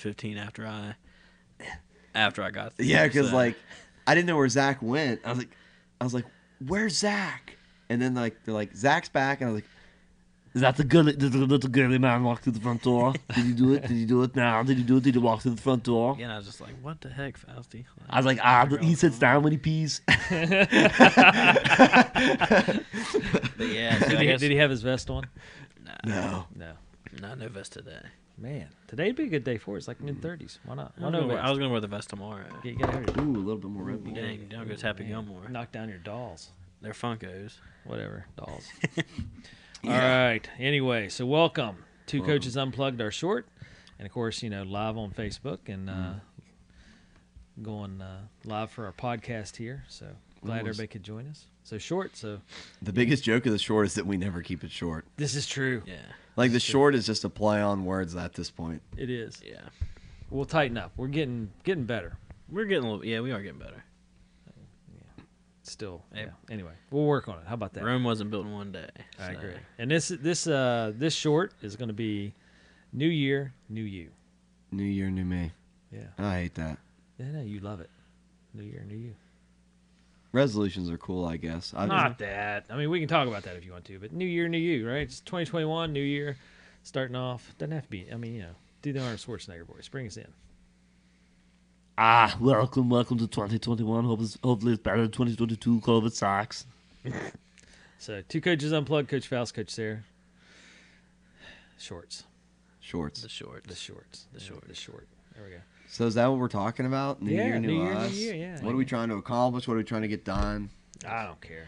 fifteen after I after I got there. Yeah, because so- like I didn't know where Zach went. I was like, I was like, where's Zach? And then like they're like, Zach's back, and I was like, Is that the girly, the, the little girly man walked through the front door? Did he do it? Did he do it now? Did he do it? Did he walk through the front door? Yeah, and I was just like, what the heck, Fausty? I was like, ah, he sits down when he pees. But yeah, so Did I he, guess, did he have his vest on? no. No. not no vest today. Man, today'd be a good day for it. It's like mid 30s. Why not? I Why was, no gonna wear, I vest? was gonna wear the vest tomorrow. Get, get out of here. Ooh, a little bit more Red Bull. Dang, down goes Happy Gilmore. Knock down your dolls. They're Funkos. Whatever, dolls. All right. Anyway, so welcome to Coaches Unplugged, our short. And of course, you know, live on Facebook and uh, going uh, live for our podcast here. So glad was- everybody could join us. So short. So The biggest joke of the short is that we never keep it short. this is true. Yeah, Like the short is just a play on words at this point. It is. yeah. We'll tighten up. We're getting getting better. We're getting a little. Yeah, we are getting better. Still. Yeah. Yeah. Anyway, we'll work on it. How about that? Rome wasn't built in one day. I so- agree. And this this uh this short is going to be New Year, New You. New year, new me. Yeah. I hate that. Yeah, no, you love it. New Year, New You. Resolutions are cool, I guess. I Not that. I mean, we can talk about that if you want to, but New Year, New You, right? It's 2021, New Year, starting off. Doesn't have to be. I mean, you know, do the Arnold Schwarzenegger voice. Bring us in. Ah, welcome, welcome to 2021. Hope it's, hopefully it's better than 2022. COVID sucks. So, two coaches unplugged Coach Faust, Coach Sarah. Shorts. shorts. The short. The shorts. The short. The short. There we go. So is that what we're talking about? New Yeah, year, new, new year, new us. year, yeah. What are we trying to accomplish? What are we trying to get done? I don't care.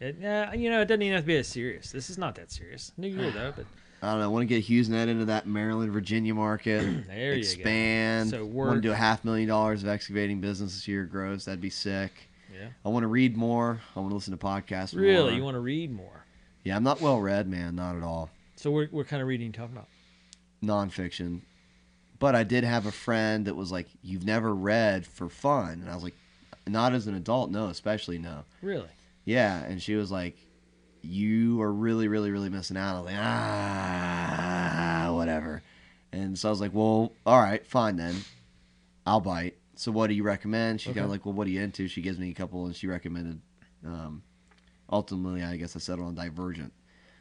It, uh, you know, it doesn't even have to be as serious. This is not that serious. New Year, though, but I don't know. I want to get Hughesnet into that Maryland, Virginia market. There you go. expand. So want to work- do a half million dollars of excavating business this year. Gross. That'd be sick. yeah. I want to read more. I want to listen to podcasts. Really, more. you want to read more? Yeah, I'm not well read, man. Not at all. So we're we're kind of reading you talking about. Nonfiction. But I did have a friend that was like, "You've never read for fun," and I was like, "Not as an adult, no, especially no." Really? Yeah, and she was like, "You are really, really, really missing out." I was like, "Ah, whatever." And so I was like, "Well, all right, fine then, I'll bite." So what do you recommend? She's kind Okay. of like, "Well, what are you into?" She gives me a couple, and she recommended. Um, ultimately, I guess I settled on Divergent.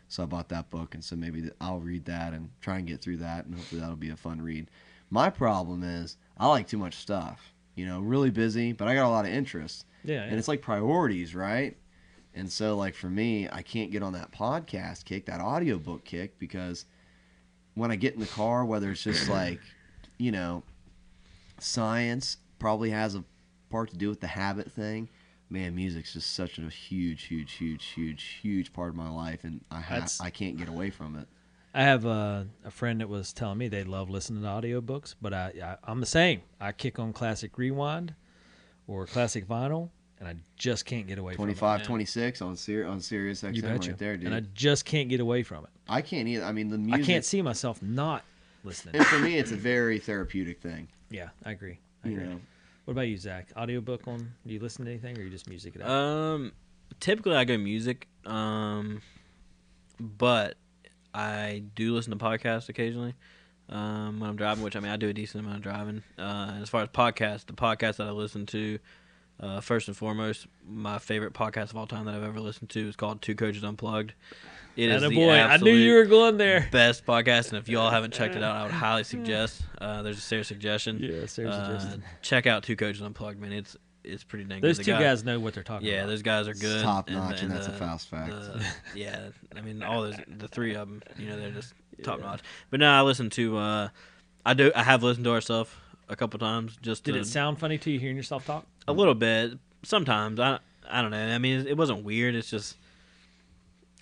So I bought that book, and so maybe th- I'll read that and try and get through that, and hopefully that'll be a fun read. My problem is I like too much stuff. You know, really busy, but I got a lot of interests Yeah. and it's like priorities, right? And so like for me, I can't get on that podcast kick, that audiobook kick because when I get in the car, whether it's just like, you know, science probably has a part to do with the habit thing. Man, music's just such a huge, huge, huge, huge, huge part of my life, and I ha- That's- I can't get away from it. I have a, a friend that was telling me they love listening to audiobooks, but I, I I'm the same. I kick on classic rewind or classic vinyl, and I just can't get away from 25, 26 on Sir- on Sirius it. You XM betcha. right there, dude. And I just can't get away from it. I, can't either. I mean, the I music. can't see myself not listening. And for me, it's a very therapeutic thing. yeah, I agree. I You agree. know, What about you, Zach? Audiobook on? Do you listen to anything, or you just music it out? Um, typically I go music. Um, but I do listen to podcasts occasionally. Um, when I'm driving, which I mean I do a decent amount of driving. Uh, and as far as podcasts, the podcast that I listen to, uh, first and foremost, my favorite podcast of all time that I've ever listened to is called Two Coaches Unplugged. It is the boy, I knew you absolute- were going there. best podcast, and if y'all haven't checked it out, I would highly suggest. Uh, there's a serious suggestion. Yeah, serious Uh, suggestion. Check out Two Coaches Unplugged, man. It's it's pretty dang. Those good. The two guy- guys know what they're talking Yeah, about. those guys are good. top and the- notch, and and that's a uh, the- fast fact. the- yeah, I mean all those the three of them. You know, they're just top notch. But now I listen to. Uh, I do. I have listened to ourselves a couple times. Just Did to, it sound funny to you hearing yourself talk? a little bit sometimes. I I don't know. I mean, it, it wasn't weird. It's just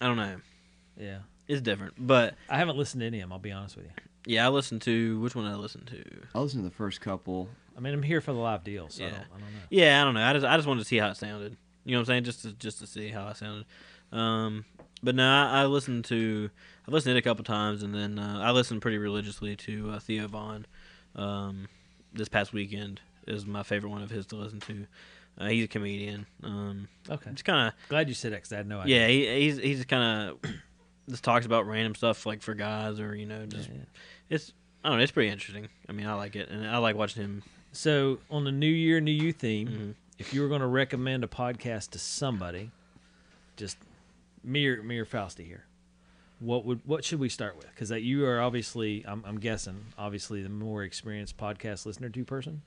I don't know. Yeah. It's different, but I haven't listened to any of them, I'll be honest with you. yeah, I listened to which one did I listened to. I listened to the first couple. I mean, I'm here for the live deal, so I, Yeah. don't, I don't know. Yeah, I don't know. I just I just wanted to see how it sounded. You know what I'm saying? Just to just to see how I sounded. Um, but no, I, I listened to I listened to it a couple times, and then uh, I listened pretty religiously to uh, Theo Vaughn. Um, this past weekend is my favorite one of his to listen to. Uh, he's a comedian. Um, Okay. it's kind of Glad you said X. I had no idea. yeah. He, he's he's kind of just talks about random stuff like for guys or you know just it's I don't know. It's pretty interesting. I mean, I like it, and I like watching him. So on the New Year, New You theme, Mhm. if you were going to recommend a podcast to somebody, just me or me or Fausti here, what would what should we start with? Because that you are obviously, I'm, I'm guessing, obviously the more experienced podcast listener to person.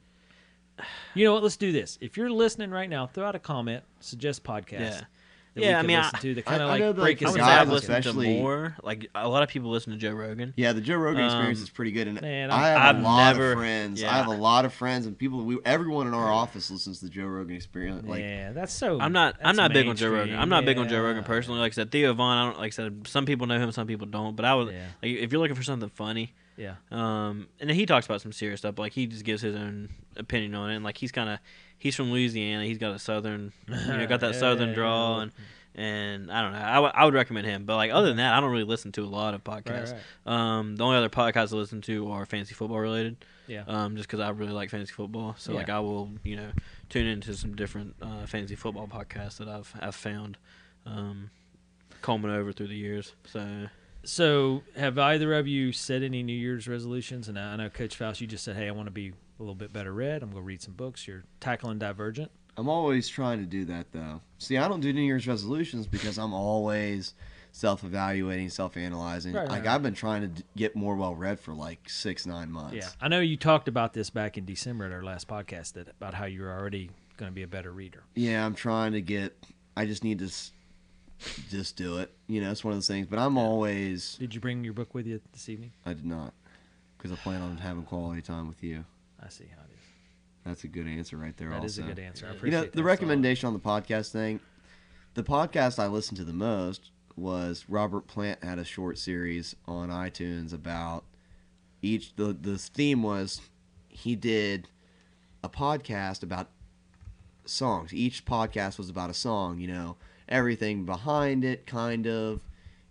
You know what? Let's do this. If you're listening right now, throw out a comment, suggest podcasts. Yeah. that we Yeah, I could mean, I- listen to that I- kind I of like know that, break like, I us would say guys I've out. listen- listened especially- to more. Like a lot of people listen to Joe Rogan. Yeah, the Joe Rogan experience Um, is pretty good, and man, I have I've a lot never- of friends. yeah. I have a lot of friends and people. We everyone in our office listens to the Joe Rogan experience. Like, yeah, that's so. I'm not. I'm that's not big on Joe Rogan. mainstream. I'm not big on Joe Rogan Yeah. personally. Like I said, Theo Vaughn. I don't like I said. Some people know him. Some people don't. But I was Yeah. like, if you're looking for something funny, Yeah. um, and then he talks about some serious stuff. but, Like he just gives his own opinion on it. And like he's kind of, he's from Louisiana. He's got a southern, you know, got that Yeah, southern yeah, drawl. yeah. And and I don't know. I would- I would recommend him. But like other than that, I don't really listen to a lot of Right, podcasts. right. Um, the only other podcasts I listen to are fantasy football related. Yeah. Um, just because I really like fantasy football, so Yeah. like I will, you know, tune into some different uh, fantasy football podcasts that I've I've found, um, combing over through the years. So So, have either of you set any New Year's resolutions? And I I know Coach Faust, you just said, "Hey, I want to be a little bit better read. I'm going to read some books." You're tackling Divergent. I'm always trying to do that though. See, I don't do New Year's resolutions because I'm always self-evaluating, self-analyzing. Right, right, like right. I've been trying to d- get more well-read for like six, nine months. Yeah, I know you talked about this back in December at our last podcast that, about how you're already going to be a better reader. yeah, I'm trying to get. I just need to s- just do it. You know, it's one of those things. But I'm always. Did you bring your book with you this evening? I did not, because I plan on having quality time with you. I see how it is. That's a good answer right there. That also. is a good answer. I You know, you appreciate know that the thought. recommendation on the podcast thing the podcast i listened to the most was robert plant had a short series on itunes about each the the theme was he did a podcast about songs each podcast was about a song you know everything behind it kind of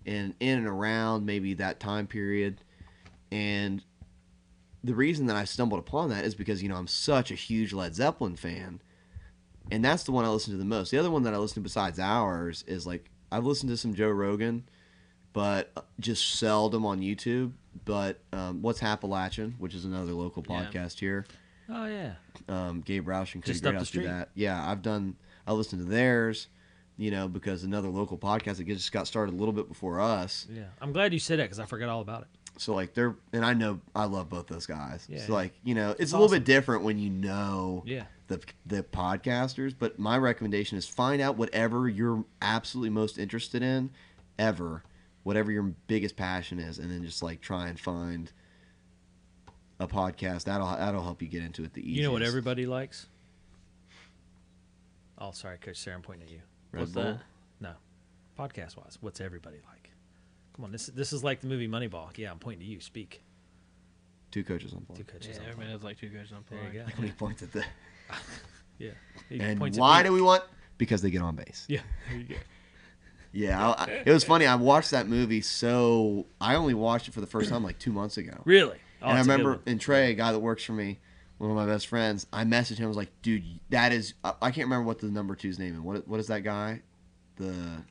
and in and around maybe that time period and the reason that i stumbled upon that is because you know i'm such a huge led zeppelin fan and that's the one I listen to the most. The other one that I listen to besides ours is like I've listened to some Joe Rogan, but uh, just seldom on YouTube. But um, what's Appalachian, which is another local Yeah. podcast here. Oh yeah, Um, Gabe Roush and Cody Just up the Greathouse do street. that. Yeah, I've done. I listen to theirs, you know, because another local podcast that just got started a little bit before us. yeah. I'm glad you said that because I forgot all about it. So like they're and I know I love both those guys. Yeah, so yeah. like you know it's, a little bit different when you know Yeah. the the podcasters. But my recommendation is find out whatever you're absolutely most interested in, ever, whatever your biggest passion is, and then just like try and find a podcast that'll that'll help you get into it the easiest. You know what everybody likes? Oh, sorry, Coach Sarah, I'm pointing at you. Red what's Bull? that? No, podcast wise, what's everybody like? Come on, this this is like the movie Moneyball. Yeah, I'm pointing to you. Speak. two coaches on Two board. Yeah, coaches. on everybody has like two guys on There you go. Like when he points at the Yeah. and why do we want because they get on base. Yeah. There you go. Yeah, I, I- it was funny. I watched that movie so I only watched it for the first time like two months ago. Really? Oh, and I it's a good remember one. and Trey, a guy that works for me, one of my best friends, I messaged him. I was like, dude, that is. I, I can't remember what the number two's name is. What what is that guy? The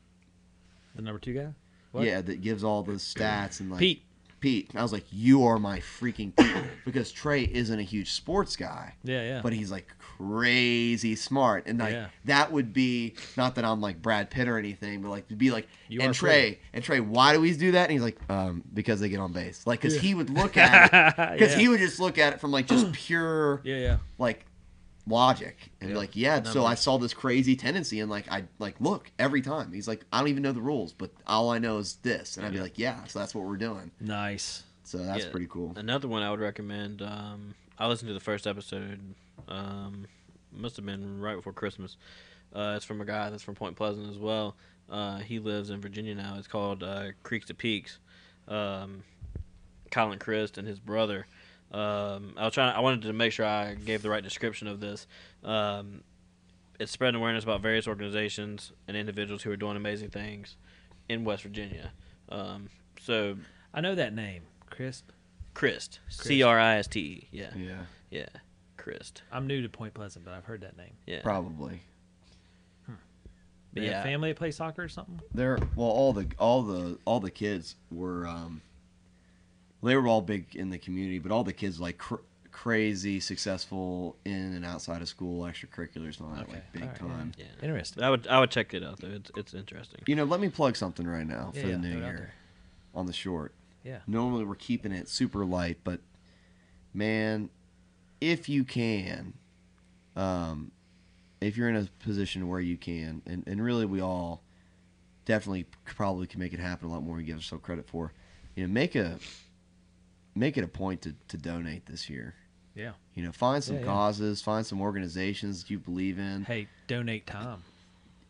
the number two guy. What? yeah that gives all the stats and like Pete. Pete. I was like, you are my freaking Pete. because Trey isn't a huge sports guy. Yeah, yeah. But he's like crazy smart, and like Yeah. that would be not that I'm like Brad Pitt or anything, but like to be like You are and Trey and Trey, why do we do that? And he's like, um, because they get on base, like because he would look at it, because yeah. he would just look at it from like just pure Yeah, yeah. like logic and be Yeah. like, yeah. So I saw this crazy tendency, and like I like look every time. He's like, I don't even know the rules, but all I know is this, and I'd be like, yeah. So that's what we're doing. Nice. So that's Yeah. pretty cool. Another one I would recommend. Um, I listened to the first episode. Um, must have been right before Christmas. Uh, it's from a guy that's from Point Pleasant as well. Uh, he lives in Virginia now. It's called uh, Creeks to Peaks. Um, Colin Christ and his brother. Um, I was trying. I wanted to make sure I gave the right description of this. Um, it's spreading awareness about various organizations and individuals who are doing amazing things in West Virginia. Um, so I know that name. Crisp. Christ. C R I S T E. Yeah. Yeah, Yeah. Christ. I'm new to Point Pleasant, but I've heard that name. Yeah. probably. They yeah. Yeah. have family that play soccer or something? They're well, all the all the all the kids were um, they were all big in the community, but all the kids like cr- crazy successful in and outside of school extracurriculars and all that Okay, like big all right, yeah. time. Yeah. Interesting. I would I would check it out though. It's it's interesting. You know, let me plug something right now Yeah, for yeah, the throw new it out year there. on the short. Yeah. Normally we're keeping it super light, but man, if you can, um, if you're in a position where you can, and, and really we all definitely probably can make it happen a lot more than we give ourselves credit for, you know, make a make it a point to, to donate this year. Yeah. You know, find some Yeah, yeah. causes, find some organizations you believe in, Hey, donate time.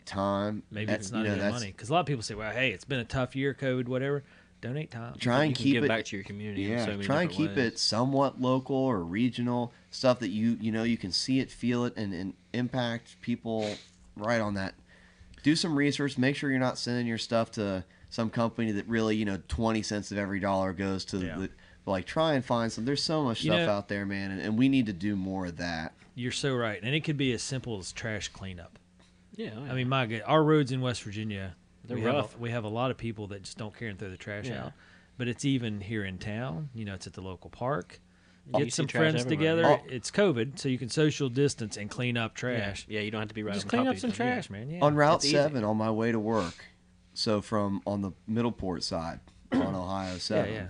time. Maybe That- it's you not know, even that's- money because a lot of people say, "Well, hey, it's been a tough year, COVID, whatever." Donate time. Try you and can keep give it back to your community. in Yeah, so many try and keep different it somewhat local or regional stuff that you you know you can see it, feel it, and, and impact people right on that. Do some research. Make sure you're not sending your stuff to some company that really you know twenty cents of every dollar goes to Yeah. the. But like try and find some. There's so much You stuff know- out there, man, and, and we need to do more of that. You're so right, and it could be as simple as trash cleanup. Yeah, oh, yeah. I mean, my God, our roads in West Virginia, They're we rough. have a, we have a lot of people that just don't care and throw the trash Yeah. out. But it's even here in town. You know, it's at the local park. you Get see some trash friends everywhere. together. Oh. It's COVID, so you can social distance and clean up trash. Yeah, you don't have to be right. Just on clean top of up each other, some yeah. trash, man. Yeah. on Route It's easy. Seven on my way to work. So from on the Middleport side on Ohio Yeah, Seven. yeah.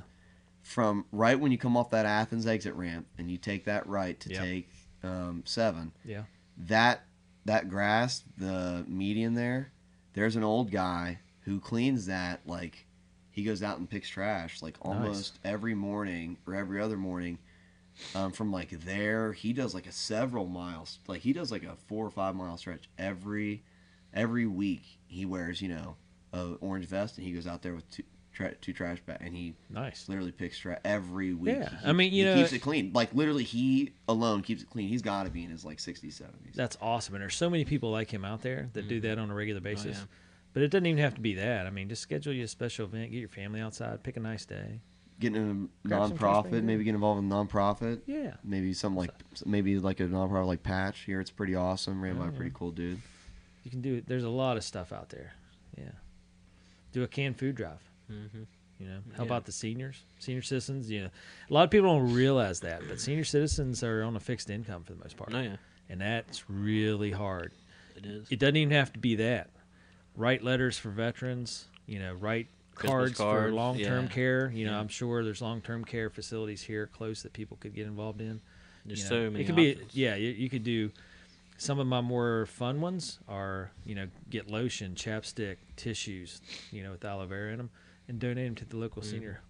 from right when you come off that Athens exit ramp and you take that right to Yep. take um, seven, Yeah. that that grass, the median there, there's an old guy who cleans that like he goes out and picks trash like almost every morning or every other morning. Um, from like there, he does like a several miles, like he does like a four or five mile stretch every every week. He wears you know a orange vest and he goes out there with two, tra- two trash bags and he Nice. literally picks tra- every week. Yeah, He I mean, you he know- keeps it clean. Like literally, he alone keeps it clean. He's got to be in his like 60s, 70s. That's awesome. And there's so many people like him out there that do that on a regular basis. Mm-hmm. Oh, yeah. But it doesn't even have to be that. I mean, just schedule you a special event, get your family outside, pick a nice day. Getting in a Grab some trash nonprofit, bag, maybe yeah. get involved in a nonprofit. Yeah. Maybe something like maybe like a nonprofit like Patch here. It's pretty awesome. Ran by a Oh, Yeah. pretty cool dude. You can do it. There's a lot of stuff out there. Yeah. Do a canned food drive. Mhm. You know, help Yeah. out the seniors, senior citizens. You know, a lot of people don't realize that, but senior citizens are on a fixed income for the most part, No, Oh, yeah, and that's really hard. it is. It doesn't even have to be that. Write letters for veterans. You know, write Christmas cards, for cards, long-term yeah. care. You know, Yeah. I'm sure there's long-term care facilities here close that people could get involved in. you There's know. so many. It could options. be yeah. You, you could do some of my more fun ones are you know get lotion, chapstick, tissues, you know with aloe vera in them, and donate them to the local senior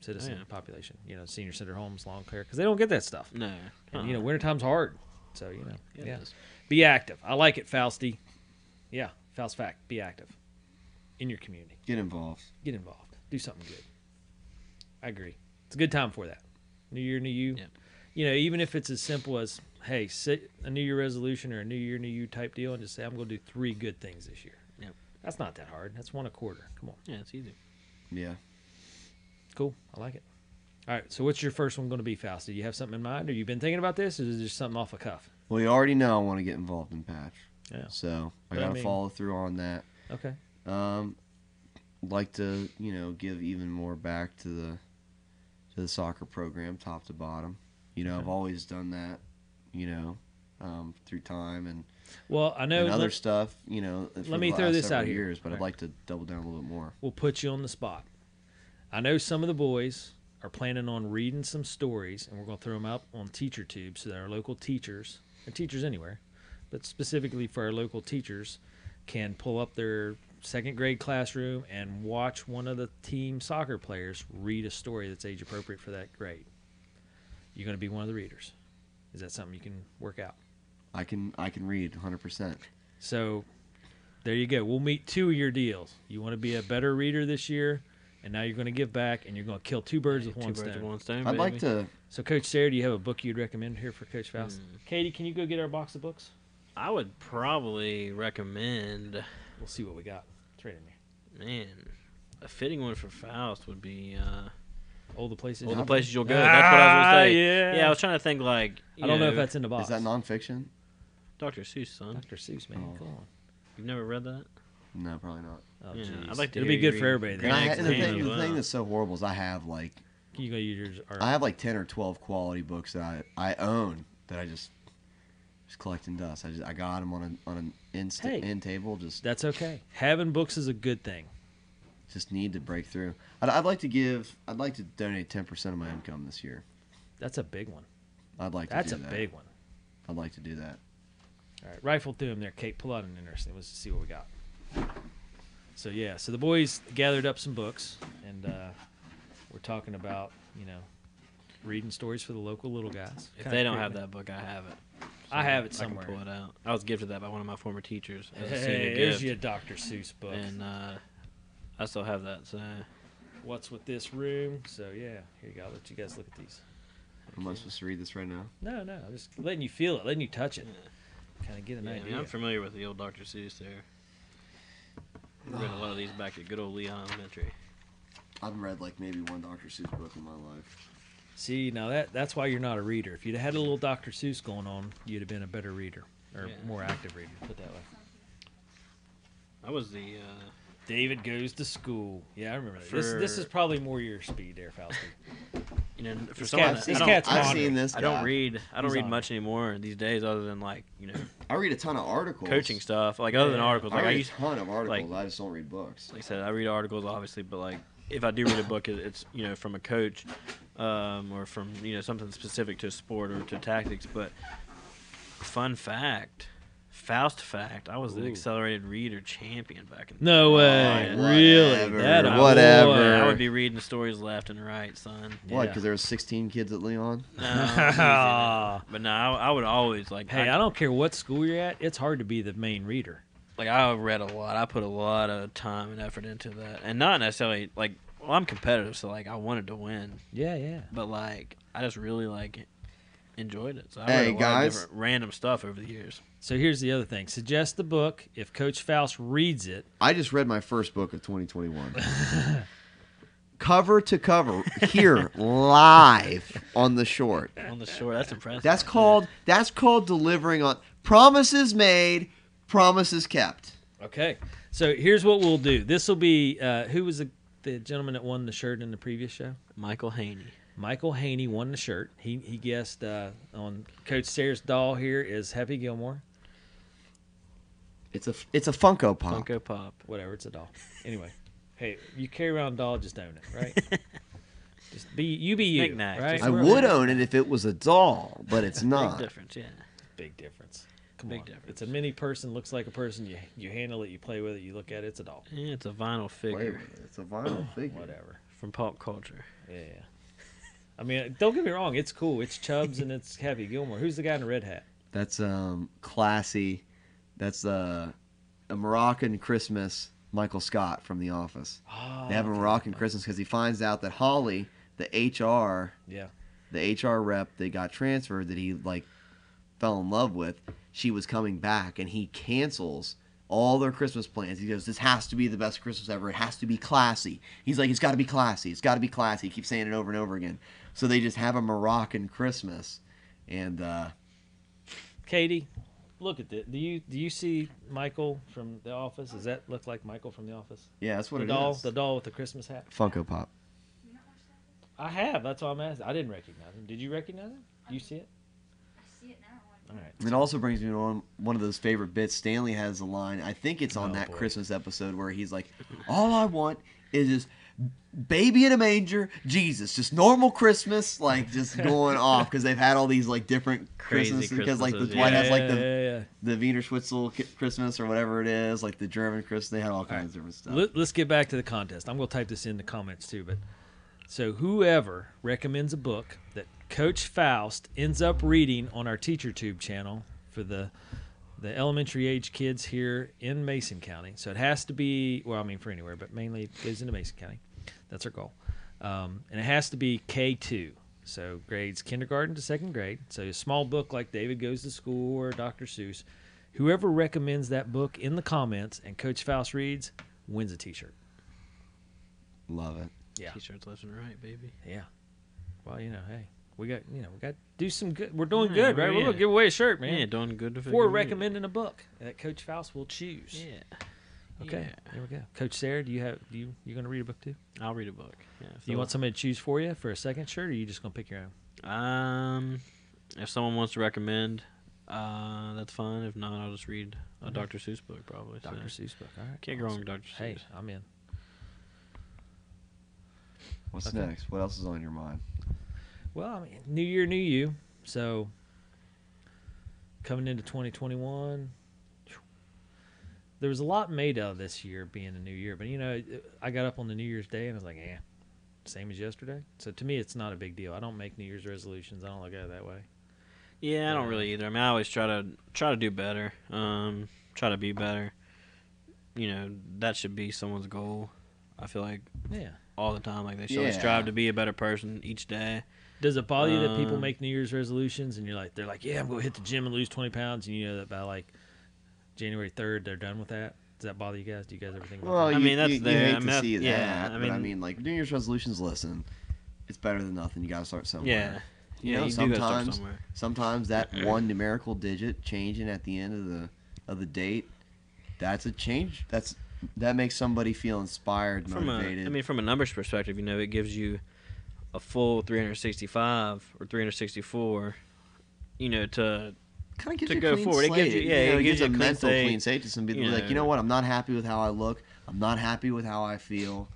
citizen Mm. Oh, yeah. population. You know senior center homes, long care because they don't get that stuff. No. Uh-huh. And you know wintertime's hard, so you know Yeah, yeah. it is. Be active. I like it, Fausty. Yeah, Faust fact. Be active in your community. Get involved. Get involved. Do something good. I agree. It's a good time for that. New year, new you. Yeah. You know, even if it's as simple as, hey, set a new year resolution or a new year, new you type deal and just say, I'm going to do three good things this year. Yep. That's not that hard. That's one a quarter. Come on. yeah, it's easy. Yeah. Cool. I like it. All right. So, what's your first one going to be, Faust? Do you have something in mind? Or you been thinking about this? Or is it just something off a cuff? Well, you already know I want to get involved in Patch. Yeah. So I But I gotta mean- follow through on that. Okay. Um, like to you know give even more back to the to the soccer program, top to bottom. You know, I've always done that. You know, um, through time and, Well, I know. and other let- stuff. You know, for me the throw last this several out here. Years, but I'd Alright. like to double down a little bit more. we'll put you on the spot. I know some of the boys are planning on reading some stories, and we're going to throw them up on Teacher Tube so that our local teachers, and teachers anywhere, but specifically for our local teachers, can pull up their second grade classroom and watch one of the team soccer players read a story that's age appropriate for that grade. You're going to be one of the readers. Is that something you can work out? I can I can read 100. percent So there you go. We'll meet two of your deals. You want to be a better reader this year, and now you're going to give back and you're going to kill two birds with Two one birds stone. with one stone. I'd like baby. to. So, Coach Sarah, do you have a book you'd recommend here for Coach Faust? Hmm. Katie, can you go get our box of books? I would probably recommend, We'll see what we got. It's right in there. man, a fitting one for Faust would be uh, All the places. all the Novel. places you'll go. That's what I was Ah, gonna say. yeah. I was trying to think like. I don't know, if that's in the box. Is that nonfiction? Dr. Seuss, son. Dr. Seuss, man? Oh. Come on. You've never read that? No, probably not. Oh, Yeah, jeez. I'd like to It'll be hear good you for read everybody. it. Then. And I, Max and the Payne thing, as the well. thing that's so horrible is I have like You go use yours. Or, I have like ten or twelve quality books that I, I own that I just just collecting dust. I just I got them on an on an end, sta- Hey. end table. Just that's okay. Having books is a good thing. just need to break through. I'd, I'd like to give. I'd like to donate ten percent of my income this year. That's a big one. I'd like to. That's do a that. big one. I'd like to do that. All right, rifle through them there, Kate. Pull out an interesting. Let's see what we got. So yeah, so the boys gathered up some books, and uh, we're talking about you know reading stories for the local little guys. If Kinda they don't creepy. have that book, I have it. I have it I somewhere. can pull it out. I was gifted that by one of my former teachers as a Hey, senior there's gift, your Dr. Seuss book. and uh, I still have that. So What's with this room? So yeah, here you go. I'll let you guys look at these. Am I supposed to read this right now? No, no, I'm just letting you feel it, letting you touch it, kind of get an yeah, I idea. am familiar with the old Dr. Seuss there. Read a lot of these back at good old Lehigh Elementary. I've read like maybe one Dr. Seuss book in my life. See, now that that's why you're not a reader. If you'd had a little Dr. Seuss going on, you'd have been a better reader or Yeah. more active reader. Put it that way. I was the uh, David goes to school. Yeah, I remember that. This this is For- probably more your speed there, Fausti. you know for This someone cat's- that- this I don't, cat's I, I've on seen it. this. I don't guy. read I don't He's read on much anymore these days other than like you know I read a ton of articles. coaching stuff like other than Yeah. articles I like read I a used ton of articles. like- I just don't read books. like I said, I read articles obviously, but like if I do read a book, it- it's you know from a coach um, or from you know something specific to sport or to tactics. But fun fact, Faust fact, I was the Ooh. accelerated reader champion back in. No way. way. really? Really? That Whatever, I whatever. would. I would be reading the stories left and right, son. What? Yeah. Because there were 16 kids at Leon. No, it was easy enough. but no, I, I would always like. Hey, I don't care what school you're at. It's hard to be the main reader. like I read a lot. I put a lot of time and effort into that, and not necessarily like. Well, I'm competitive, so like I wanted to win. Yeah, yeah. but like I just really like enjoyed it. So I Hey, read a lot guys. of different random stuff over the years. So here's the other thing. Suggest the book. If Coach Faust reads it, I just read my first book of 2021. cover to cover here live on the short. On the shore, that's impressive. That's called that's called delivering on promises made, promises kept. Okay. So here's what we'll do. This will be uh, who was the, the gentleman that won the shirt in the previous show? Michael Haney. Michael Haney won the shirt. He he guessed uh, on Coach Sarah's doll here is Happy Gilmore. It's a it's a Funko Pop. Funko Pop. Whatever, it's a doll. Anyway, hey, you carry around a doll, just own it, right? just be you be you. Knick-knack, Right? just I We're would okay. own it if it was a doll, but it's Big not. difference, yeah. Big difference. Come Big on. difference. It's a mini person, looks like a person. You you handle it, you play with it, you look at it, it's a doll. yeah. It's a vinyl Wait, figure it's a vinyl figure. Whatever. from pop culture. Yeah. I mean, don't get me wrong. It's cool. It's Chubbs and it's Happy Gilmore. Who's the guy in the red hat? That's um classy. That's uh, a Moroccan Christmas. Michael Scott from The Office. Oh, They have a Moroccan Christmas because he finds out that Holly, the HR, Yeah. the HR rep that got transferred that he like fell in love with, she was coming back and he cancels all their Christmas plans. He goes, This has to be the best Christmas ever. It has to be classy. He's like, It's gotta be classy. It's gotta be classy. He keeps saying it over and over again. So they just have a Moroccan Christmas and uh Katie, look at this. Do you do you see Michael from The Office? Does that look like Michael from The Office? yeah, that's what the it is. doll, the doll with the Christmas hat. Funko Pop. I have. That's all I'm asking. I didn't recognize him. Did you recognize him? Do you see it? I see it now. All right. It also brings me to one, one of those favorite bits. Stanley has a line, I think it's on Oh, that boy. Christmas episode where he's like, All I want is this baby in a manger, Jesus, just normal Christmas, like just going off because they've had all these like different Crazy Christmases because like the Christmases, Dwight yeah. has like the, yeah, yeah. the Wiener Schnitzel ki- Christmas or whatever it is, like the German Christmas. They had all kinds of different stuff. Let, us get back to the contest. I'm going to type this in the comments too. But so whoever recommends a book that Coach Faust ends up reading on our Teacher Tube channel for the the elementary age kids here in Mason County. So it has to be well, I mean for anywhere, but mainly it goes into Mason County. That's our goal, um, and it has to be K two. So grades kindergarten to second grade. So a small book like David Goes to School or Dr. Seuss. Whoever recommends that book in the comments and Coach Faust reads wins a T-shirt. Love it. Yeah. T-shirts left and right, baby. Yeah. Well, you know, hey, we got you know we got do some good. We're doing Yeah, good, right? We're yeah. gonna give away a shirt, Yeah, man. doing good. to For figure it. recommending a book that Coach Faust will choose. Yeah. Okay, Yeah. there we go. Coach Sarah, do you have do you you gonna read a book too? I'll read a book. Yeah, if Do you they'll- want somebody to choose for you for a second shirt, or you just gonna pick your own? Um, if someone wants to recommend, uh, that's fine. If not, I'll just read a Mhm. Dr. Seuss book probably. so. Dr. Seuss book. All right. Can't go wrong with Dr. Seuss. Hey, I'm in. What's Okay. next? What else is on your mind? Well, I mean, new year, new you. So coming into 2021, there was a lot made of this year being a new year. But you know, I got up on the New Year's Day and I was like, eh, same as yesterday. So to me, it's not a big deal. I don't make New Year's resolutions. I don't look at it that way. Yeah, I don't Yeah. really either. I mean, I always try to try to do better. Um, try to be better. You know, that should be someone's goal. I feel like Yeah. all the time, like they should always Yeah. strive to be a better person each day. Does it bother you that people Um, make New Year's resolutions and you're like, they're like, yeah, I'm going to hit the gym and lose 20 pounds, and you know that by like January 3rd they're done with that? Does that bother you guys? Do you guys ever think about Well, I you, mean, that's you, you there. hate I mean, to that's- see yeah, that, I but I mean- mean, like New Year's resolutions. Listen, it's better than nothing. You got to start somewhere. Yeah, You yeah, know, you do gotta start sometimes somewhere. sometimes that one numerical digit changing at the end of the of the date, that's a change. That's that makes somebody feel inspired, From a, motivated. I mean, from a numbers perspective, you know, it gives you a full 365 or 364. You know, to kind of gives to you a go clean forward. It gives slate. you- yeah, know, it gives you a a clean mental slate, clean slate to some people. you Like, you know. know what? I'm not happy with how I look. I'm not happy with how I feel.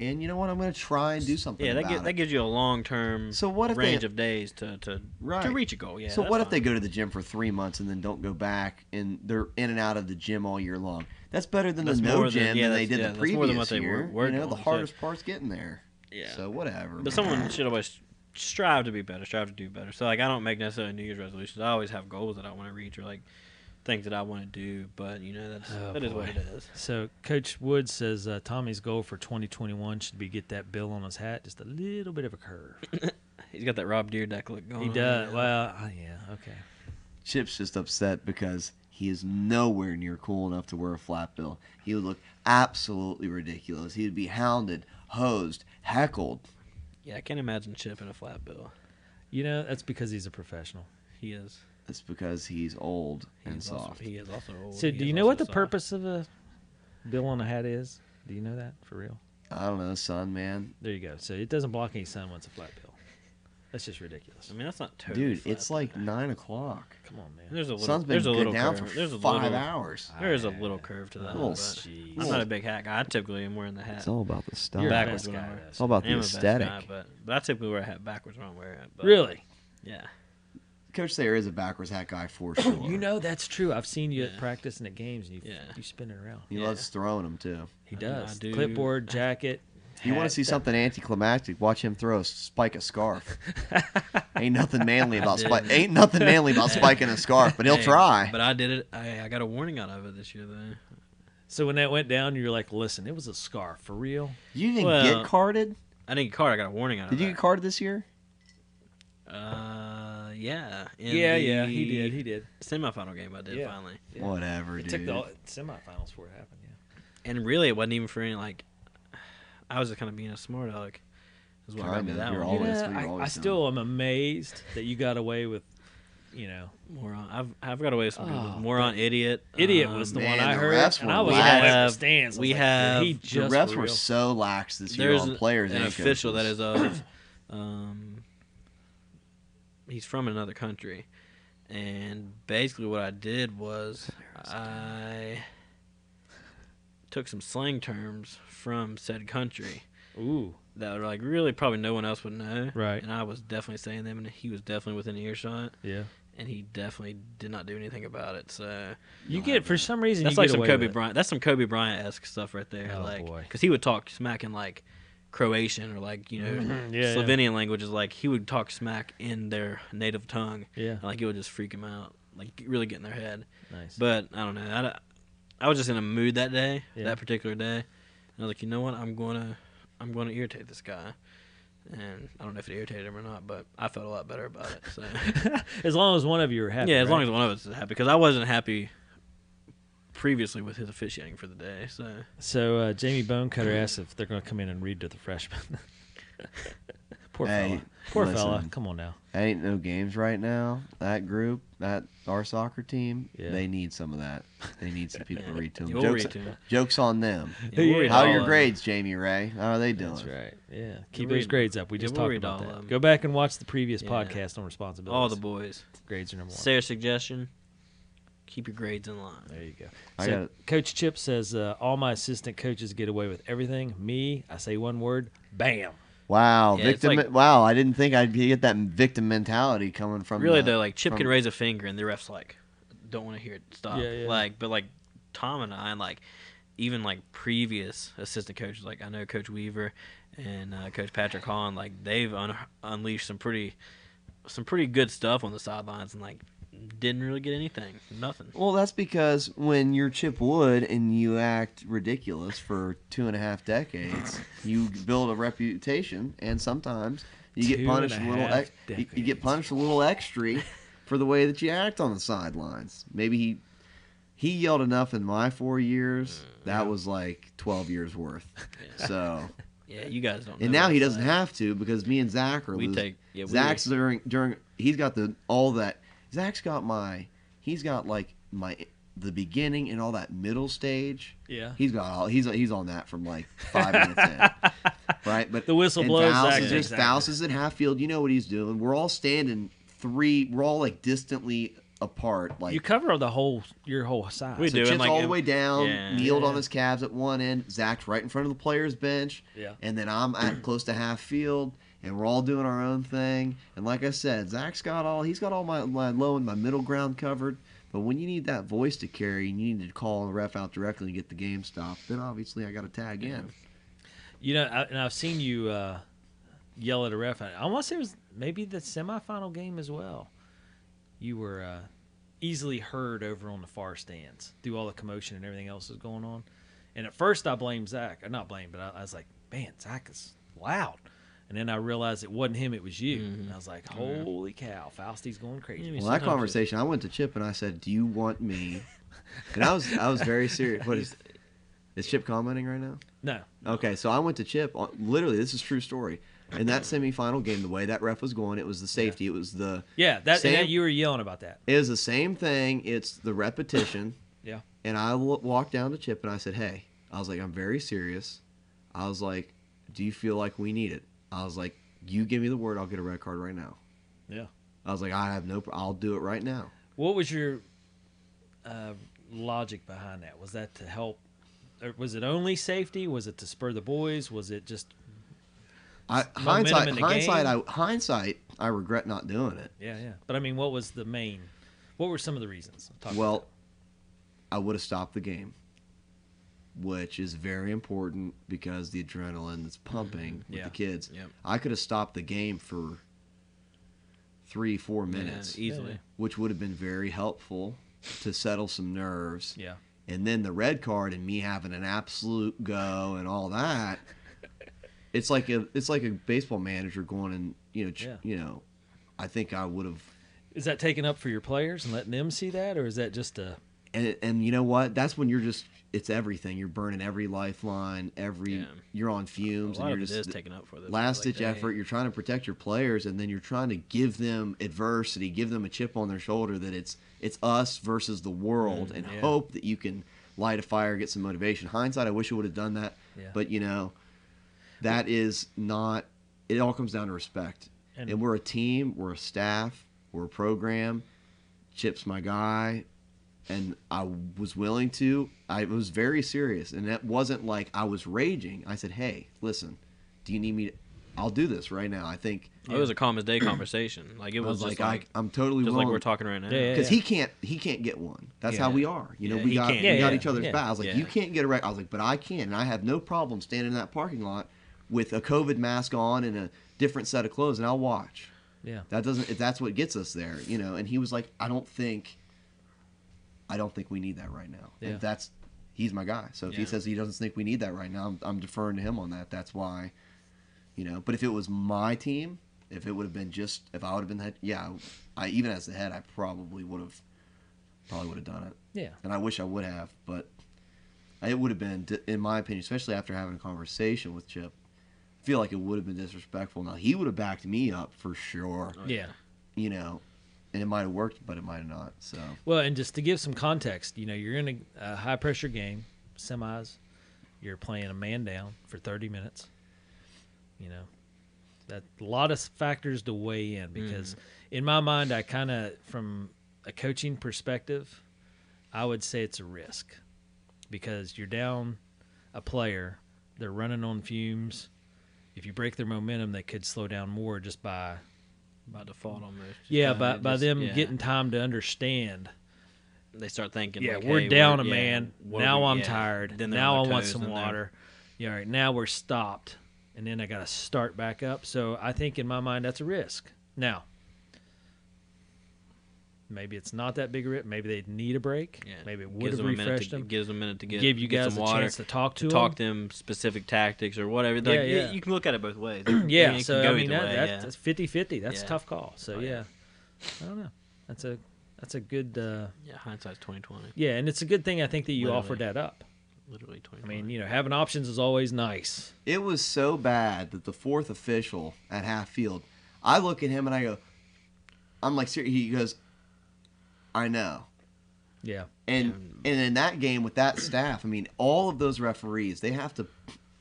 And you know what? I'm going to try and do something. yeah, that about gi- it. that gives you a long term So what if they- range of days to to Right. to reach a goal. Yeah. so that's what if fine. they go to the gym for three months and then don't go back and they're in and out of the gym all year long? That's better than That's the no more than- gym than, yeah, they that's- did yeah, the that's previous more than what they were- year. were you know, the going, so- hardest part's getting there. Yeah. So whatever. man. But someone should always strive to be better, strive to do better. So like I don't make necessarily New Year's resolutions. I always have goals that I want to reach or like things that I want to do. But you know that's Oh, that is what boy. it is. So Coach Wood says uh, Tommy's goal for 2021 should be get that bill on his hat, just a little bit of a curve. He's got that Rob Deerdeck look going. He on does. right now. Well, uh, yeah, okay. Chip's just upset because he is nowhere near cool enough to wear a flat bill. He would look absolutely ridiculous. He would be hounded, hosed, heckled. Yeah, I can't imagine Chip in a flat bill. You know that's because he's a professional. He is. That's because he's old He and is soft. Also, he is also old. So He do is you know also what the soft. purpose of a bill on a hat is? Do you know that for real? I don't know, son, man. There you go. So it doesn't block any sun when it's a flat bill. That's just ridiculous. I mean, that's not totally. Dude, flat it's like bill. nine o'clock. Come on, man. there's a little. Sun's been there's a good little down curve. for there's a five little, hours. There is a little curve to that. Oh, but jeez. I'm not a big hat guy. I typically am wearing the hat. It's all about the style. You're a backwards best when I guy, wear it. though. It's all about I the am a best guy, aesthetic. but, but I typically wear a hat backwards when I wear it. But, Really? Yeah. Coach Thayer is a backwards hat guy for sure. You know that's true. I've seen you at Yeah. practice and at games, and you Yeah. you spin it around. He yeah. loves throwing them too. He I do- does. I do. Clipboard, jacket. You want hat, to see that- something anticlimactic? Watch him throw a spike a scarf. ain't nothing manly about did. spike. Ain't nothing manly about spiking a scarf, but he'll Hey, try. But I did it. I, I got a warning out of it this year, though. So when that went down, you were like, "Listen, it was a scarf for real." You didn't Well- get carded. I didn't get card. I got a warning out Did of you it. get carded this year? Uh, yeah. in Yeah, the yeah, he did. He did. Semifinal game, I did Yeah. finally. Yeah. Whatever, It took dude. the semifinals for it happened. Yeah. And really, it wasn't even for any like. I was just kind of being a smart aleck. Is what got me Kinda, that you're one. Always, yeah, we I, always I done. still am amazed that you got away with, you know, Moron. I've I've got away with some people. Oh, Moron, idiot. idiot Um, was the man, one I the heard, refs and were I was whack. all over the Have- stands. I we was like, "Dude, have- he the The just refs for were real." so lax this year there's on an- players. an and official that coaches. is of um, he's from another country and basically what i did was i took some slang terms from said country Ooh, that were like really probably no one else would know Right. and i was definitely saying them and he was definitely within earshot yeah. and he definitely did not do anything about it so You get for some reason that's you like get some away Kobe with it. Bryant. That's some Kobe Bryant esque stuff right there. Oh, like, boy. because he would talk smack in like Croatian or like you know Mhm, yeah, yeah. Slovenian languages. Like he would talk smack in their native tongue. Yeah, And, like it would just freak him out. Like get- really get in their head. nice. But I don't know. I, don't- I was just in a mood that day, Yeah. that particular day. And I was like, you know what? I'm gonna, I'm gonna irritate this guy. And I don't know if it irritated him or not, but I felt a lot better about it. So as long as one of you are happy. yeah, as long right? as one of us is happy, because I wasn't happy previously with his officiating for the day. So So uh, Jamie Bonecutter asks if they're going to come in and read to the freshmen. Poor Hey, fella. Poor fella. listen. Come on now. Ain't no games right now. That group, that our soccer team, Yeah. they need some of that. They need some people to read to them. You'll jokes, read to 'em. jokes on them. Yeah, we'll Yeah. read How are all your of grades, Jamie Ray? How are they doing? That's right. Yeah. Keep read- those grades up. We yeah, just we'll talked read about all that. of 'em. Go back and watch the previous Yeah. podcast on them. responsibility. All the boys. grades are number one. Sarah's suggestion: keep your grades in line. There you go. I So got- Coach Chip says uh, all my assistant coaches get away with everything. Me, I say one word, bam. Wow, Yeah, it's victim. like- wow, I didn't think I'd get that victim mentality coming from. Really the- though, like Chip from- can raise a finger and the refs like don't want to hear it. Stop. Yeah, yeah. Like, but like Tom and I, and like even like previous assistant coaches, like I know Coach Weaver and uh, Coach Patrick Hahn, like they've un- unleashed some pretty some pretty good stuff on the sidelines and like didn't really get anything, nothing. Well, that's because when you're Chip Wood and you act ridiculous for two and a half decades, you build a reputation, and sometimes you Two get punished a and a little. half Ex- you, you get decades. punished a little extra for the way that you act on the sidelines. Maybe he he yelled enough in my four years. Mm, That was like twelve years worth. So, Yeah, you guys don't. and know now what he it's doesn't like. have to because me and Zach are We losing. take yeah. We, Zach's during during he's got the all that Zach's got my he's got like my the beginning and all that middle stage. Yeah. He's got all he's he's on that from like five minutes in. Right? But The whistle and blows, Faust Zach, is just exactly. Faust is in half field, you know what he's doing. We're all standing three we're all like distantly apart. Like You cover the whole your whole side. We so do, and, Chip's like, all the and- way down, yeah. kneeled on Yeah. his calves at one end, Zach's right in front of the players bench. Yeah. And then I'm at close to half field, and we're all doing our own thing. And like I said, Zach's got all he's got all my, my low and my middle ground covered. But when you need that voice to carry, and you need to call the ref out directly and get the game stopped, then obviously I got to tag in. You know, I, and I've seen you uh, yell at a ref. I want to say it was maybe the semifinal game as well. You were uh, easily heard over on the far stands through all the commotion and everything else that's going on. And at first, I blamed Zach. Or not blamed, but I, I was like, man, Zach is loud. And then I realized it wasn't him; it was you. Mm-hmm. And I was like, "Holy cow, Fausti's going crazy!" Yeah, Well, that sometimes it- conversation, I went to Chip and I said, "Do you want me?" And I was I was very serious. What is is Chip commenting right now? No, Okay, so I went to Chip. on- Literally, this is true story. In that semifinal game, the way that ref was going, it was the safety. It was the yeah, that, Sam- that you were yelling about that. it was the same thing. It's the repetition. Yeah, And I w- walked down to Chip and I said, "Hey," I was like, "I'm very serious." I was like, "Do you feel like we need it?" I was like, "You give me the word, I'll get a red card right now." yeah. I was like, "I have no, pr- I'll do it right now." What was your uh, logic behind that? Was that to help? Or was it only safety? Was it to spur the boys? Was it just I, Momentum hindsight, in the hindsight, I, hindsight, I regret not doing it. yeah, yeah? But I mean, what was the main? What were some of the reasons? Talk about Well, I would have stopped the game, which is very important because the adrenaline that's pumping with Mm-hmm. Yeah. the kids. Yep. I could have stopped the game for three, four yeah, minutes, easily. Yeah. which would have been very helpful to settle some nerves. that. yeah, And then the red card and me having an absolute go and all that. It's like a it's like a baseball manager going and you know ch- Yeah. you know, I think I would have is that taking up for your players and letting them see that, or is that just a and and you know what? That's when you're just it's everything. You're burning every lifeline, every Yeah. you're on A fumes, lot and you're of it is just taken up for this. last ditch Like, effort. You're trying to protect your players, and then you're trying to give them adversity, give them a chip on their shoulder that it's it's us versus the world, Mm, and yeah. hope that you can light a fire, get some motivation. Hindsight, I wish I would have done that, Yeah. but you know, that is not. It all comes down to respect, And- and we're a team, we're a staff, we're a program. Chip's my guy, and I was willing to. I was very serious, and that wasn't like I was raging. I said, "Hey, listen, do you need me? To, I'll do this right now." I think It was a calm as day conversation. Like it I was, was just like, like, I, "I'm totally just willing." like we're talking right now. Yeah, yeah, because he can't. He can't get one. That's how Yeah. we are. You know, Yeah, we he got can't. we Yeah, got yeah, each other's yeah. back. I was like, Yeah. "You can't get a wreck." I was like, "But I can," and I have no problem standing in that parking lot with a COVID mask on and a different set of clothes, and I'll watch. yeah? That doesn't. If that's what gets us there, you know. And he was like, "I don't think, I don't think we need that right now." Yeah. And that's, he's my guy. So if he Yeah. says he doesn't think we need that right now, I'm, I'm deferring to him on that. That's why, you know. But if it was my team, if it would have been just, if I would have been the head, yeah, I even as the head, I probably would have, probably would have done it. Yeah. And I wish I would have, but it would have been, in my opinion, especially after having a conversation with Chip, feel like it would have been disrespectful. Now he would have backed me up for sure, Oh, Yeah. you know, and it might have worked, but it might have not. So Well, and just to give some context, you know, you're in a, a high pressure game, semis. You're playing a man down for 30 minutes. You know, that a lot of factors to weigh in Mm. because in my mind, I kind of, from a coaching perspective, I would say it's a risk because you're down a player, they're running on fumes. If you break their momentum, they could slow down more just by By default, almost. Just yeah, kinda by, by just- them yeah. getting time to understand they start thinking. yeah, like, we're hey, down a yeah, man. what are now we- I'm yeah. tired. Then they're now on I their want toes some and they're- water. Yeah, all right. Now we're stopped, and then I got to start back up. So I think in my mind that's a risk. Now, maybe it's not that big a risk. Maybe they need a break. Yeah. Maybe it would Gives have them a minute to- refreshed them. Gives them a minute to get give you get guys some a water, chance to talk to, to talk to them specific tactics or whatever. Like, Yeah, yeah, yeah. You can look at it both ways. yeah, It can so go I mean either that, way, that, yeah. that's 50-50. That's Yeah. a tough call. So Oh, yeah. yeah. I don't know. That's a that's a good uh, yeah, hindsight's twenty twenty. yeah, and it's a good thing I think that you Literally. offered that up. Literally twenty. I mean, you know, having options is always nice. it was so bad that the fourth official at half field, I look at him and I go, I'm like, ser- he goes, I know. Yeah. And and in that game with that staff, I mean, all of those referees, they have to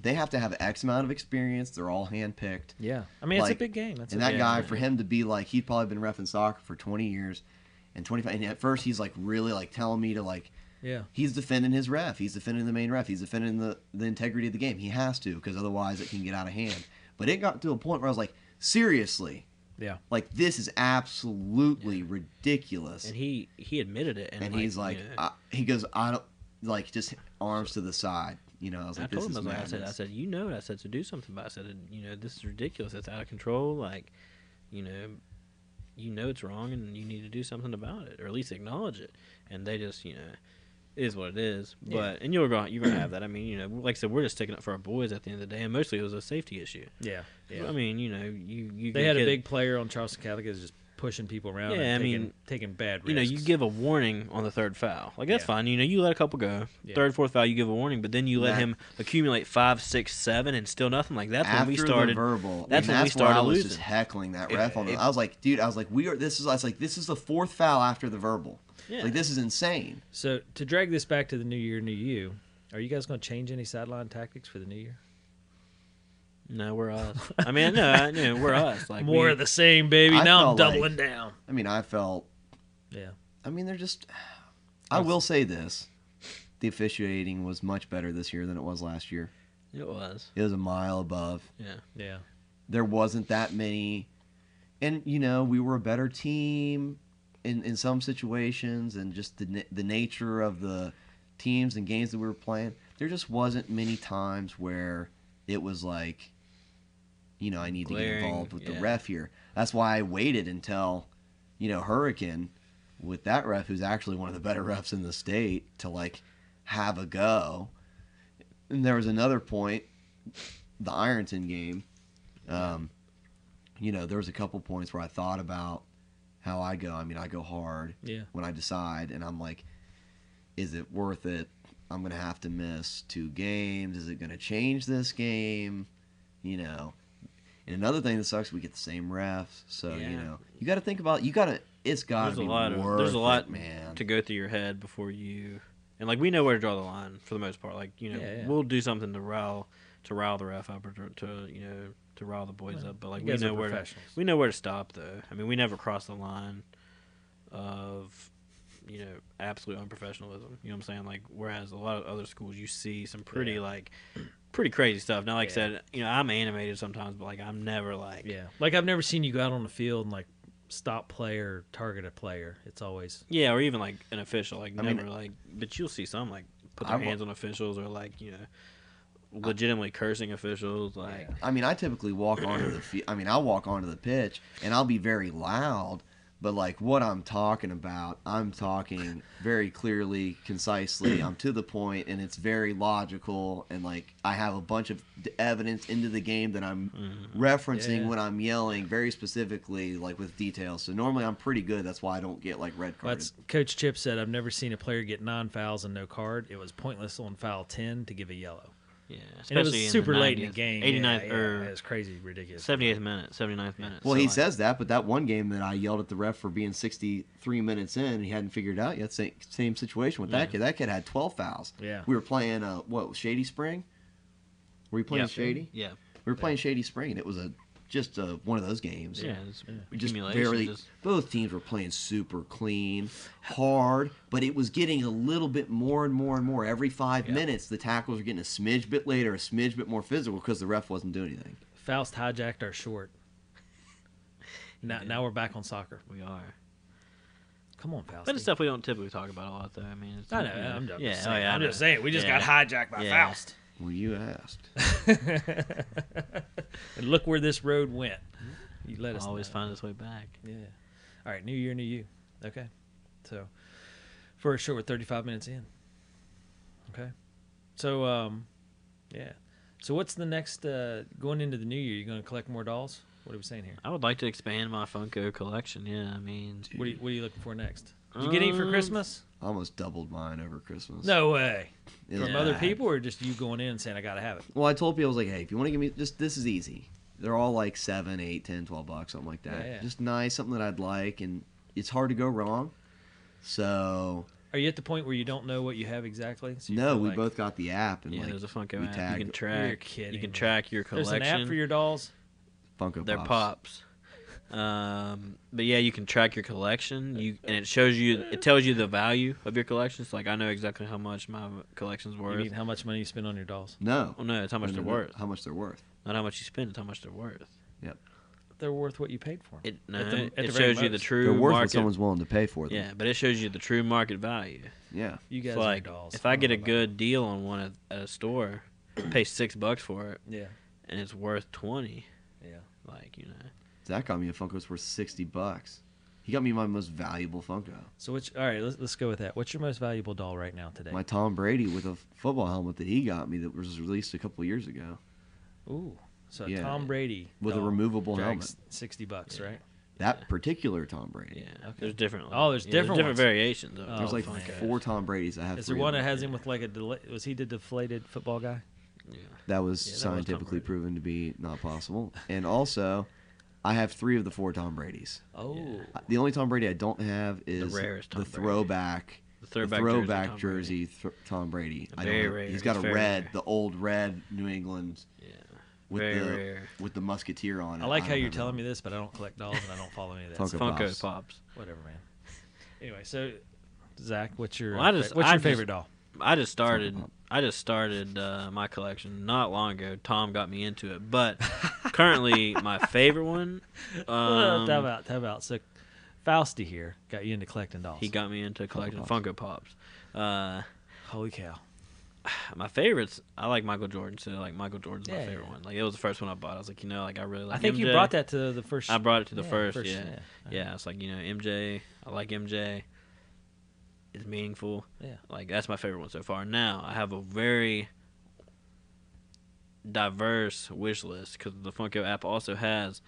they have to have X amount of experience. They're all handpicked. Yeah. I mean, it's Like, a big game. That's and a that big guy, game. for him to be like, he'd probably been ref in soccer for 20 years and 25. And at first, he's like really like telling me to like, Yeah. he's defending his ref. He's defending the main ref. He's defending the, the integrity of the game. He has to because otherwise it can get out of hand. But it got to a point where I was like, seriously, Yeah. like this is absolutely ridiculous. and he he admitted it, and, And he's like, yeah. I, he goes, I don't like just arms to the side. You know, I was I like, told this him, I, was like, is I said, I madness. said, you know, it." I said, so do something about it. I said, you know, this is ridiculous. It's out of control. Like, you know, you know it's wrong and you need to do something about it or at least acknowledge it. And they just, you know, it is what it is. But, and you're going, you're going to have that. I mean, you know, like I said, we're just sticking up for our boys at the end of the day. And mostly it was a safety issue. Yeah. Yeah. I mean, you know, you, you they give had a kid- big player on Charleston Catholic is just pushing people around. Yeah, and I taking, mean, taking bad risks. you know, you give a warning on the third foul. Like that's Yeah. fine. You know, you let a couple go. Yeah. Third, fourth foul, you give a warning, but then you let That- him accumulate five, six, seven, and still nothing. Like that's after when we the started. verbal. that's when and we where started I was losing. just heckling that ref on. the it- I was like, dude, I was like, we are. This is. I was like, this is the fourth foul after the verbal. Yeah. Like this is insane. so to drag this back to the new year, new you, are you guys going to change any sideline tactics for the new year? no, we're us. I mean, no, I, no, we're us. Like More we- of the same, baby. I now I'm felt like- doubling down. I mean, I felt. Yeah. I mean, they're just. I will say this: the officiating was much better this year than it was last year. It was. It was a mile above. Yeah. Yeah. there wasn't that many and you know we were a better team in in some situations and just the na- the nature of the teams and games that we were playing there just wasn't many times where it was like you know I need to Glaring, get involved with yeah. the ref here that's why I waited until you know Hurricane with that ref who's actually one of the better refs in the state to like have a go and there was another point the Ironton game um, you know, there was a couple points where I thought about how I go. I mean, I go hard Yeah. when I decide, and I'm like, is it worth it? I'm gonna have to miss two games. Is it gonna change this game? You know. And another thing that sucks, we get the same refs, so you Yeah. know, you got to think about. You got to. It's got to There's a be lot of worth there's a lot it, man. to go through your head before you, and like we know where to draw the line for the most part. Like you know, Yeah, yeah. we'll do something to rile to rile the ref up or to, to you know to rile the boys up, but like you we guys know are where to, professionals. we know where to stop though. I mean, we never cross the line of you know absolute unprofessionalism. You know what I'm saying? Like whereas a lot of other schools, you see some pretty Yeah. like pretty crazy stuff. Now, like Yeah. I said, you know, I'm animated sometimes, but like I'm never like Yeah. Like I've never seen you go out on the field and like stop player, target a player. It's always Yeah, or even like an official, like I mean- never like, but you'll see some like put I their wa- hands on officials or like you know, legitimately cursing officials. Like I mean, I typically walk onto the field. I mean, I'll walk onto the pitch and I'll be very loud, but like what I'm talking about, I'm talking very clearly, concisely. I'm to the point and it's very logical. And like I have a bunch of d- evidence into the game that I'm referencing Mm-hmm. Yeah. when I'm yelling very specifically, like with details. So normally I'm pretty good. That's why I don't get like red Well, cards. That's Coach Chip said. I've never seen a player get nine fouls and no card. It was pointless on foul ten to give a yellow. Yeah, And it was especially in super the late in the 90th, game. 89th yeah, yeah, it or was crazy, ridiculous. 78th minute, 79th minute. Well, So, he like, says that, but that one game that I yelled at the ref for being 63 minutes in, and he hadn't figured out yet. Same, same situation with that kid. That kid had 12 fouls. Yeah. We were playing uh, what Shady Spring. Were you playing Yeah. Shady? Yeah, We were playing Shady Spring, and it was a just uh one of those games. yeah, it's We just accumulation, barely. just- Both teams were playing super clean, hard, but it was getting a little bit more and more and more every five Yeah. minutes. The tackles were getting a smidge bit later, a smidge bit more physical because the ref wasn't doing anything. Faust hijacked our short. Now, did. now we're back on soccer. we are. Come on, Faust. But it's stuff we don't typically talk about a lot, though. I mean, it's, I know. yeah. I'm, I'm yeah, just oh, saying, yeah, I I'm know. just saying. We just Yeah. got hijacked by Yeah. Faust. Well, you asked. And look where this road went. You let us always know. find its way back. Yeah. All right. New year, new you. Okay. So, for a short, we're 35 minutes in. Okay. So, um, yeah. So, what's the next, uh, going into the new year, you going to collect more dolls? What are we saying here? I would like to expand my Funko collection. Yeah, I mean, What are you, what are you looking for next? Did you get any for Um, Christmas? I almost doubled mine over Christmas. No way. It was From other bad. people or just you going in and saying, I got to have it? Well, I told people, I was like, hey, if you want to give me just this is easy. They're all like seven, eight, ten, twelve bucks, something like that. Yeah, yeah. Just nice, something that I'd like, and it's hard to go wrong. So Are you at the point where you don't know what you have exactly? So you no, feel we like- both got the app and yeah, like there's a Funko we app. tag- you can You're track. you kidding can me. track your There's collection. an app for your dolls? Funko They're Pops. pops. Um, but yeah, you can track your collection. You and it shows you, it tells you the value of your collection. So like, I know exactly how much my collection's You Mm-hmm. worth. mean how much money you spend on your dolls? No, Well, no, it's how much No, they're no, no. worth. How much they're worth? Not how much you spend. It's how much they're worth. They're worth what you paid for 'em. It no, At the- at the it very shows you the most. true they're worth what market. someone's willing to pay for them. yeah, but it shows you the true market value. Yeah. You guys It's like are dolls. if I don't get know a about good deal on one at, at a store, pay six bucks for it, that. Yeah. and it's worth twenty. Yeah. Like you know, Zach got me a Funko's worth sixty bucks. He got me my most valuable Funko, So which all right, let's let's go with that. What's your most valuable doll right now today? my Tom Brady with a football helmet that he got me that was released a couple years ago Ooh. So Yeah. Tom Brady with a doll removable drags helmet. Sixty bucks, Yeah. right? That particular Tom Brady. yeah, there's different. Oh, there's yeah, different different ones. variations. Of it. Oh, There's like Funkos. four Tom Brady's. I have. Is there three of one that them. has him with like a dela- was he the deflated football guy? that was Yeah, that was Tom scientifically Brady. proven to be not possible? And also, I have three of the four Tom Brady's. Uh, Oh. The only Tom Brady I don't have is rarest Tom the Brady. throwback. The the throwback, throwback jersey. jersey, Tom Brady. Tom Brady. I Very don't rare. have, he's got a It's very red, rare. the old red New England Tom Brady. Yeah, with very the rare. with the musketeer on it. I like how don't you're know. telling me this, but I don't collect dolls and I don't follow any of that. Funko so Funko Pops. pops. whatever, man. Anyway, so Zach, what's your Well, I uh, just- what's I your just- favorite doll? I just started. Pop. I just started uh, my collection not long ago. Tom got me into it, but currently my favorite one. Well, Um, tell about tell about so Fausti here got you into collecting dolls. he got me into collecting Pops. Funko Pops. Uh, holy cow. my favorites. I like Michael Jordan, so like Michael Jordan's my Yeah, favorite yeah. one. Like it was the first one I bought. I was like, you know, like I really like. I think you MJ. brought that to the first I brought it to the yeah, first, first, Yeah, yeah. yeah. It's like you know, MJ. I like MJ. It's meaningful. Yeah. Like that's my favorite one so far. Now I have a very diverse wish list because the Funko app also has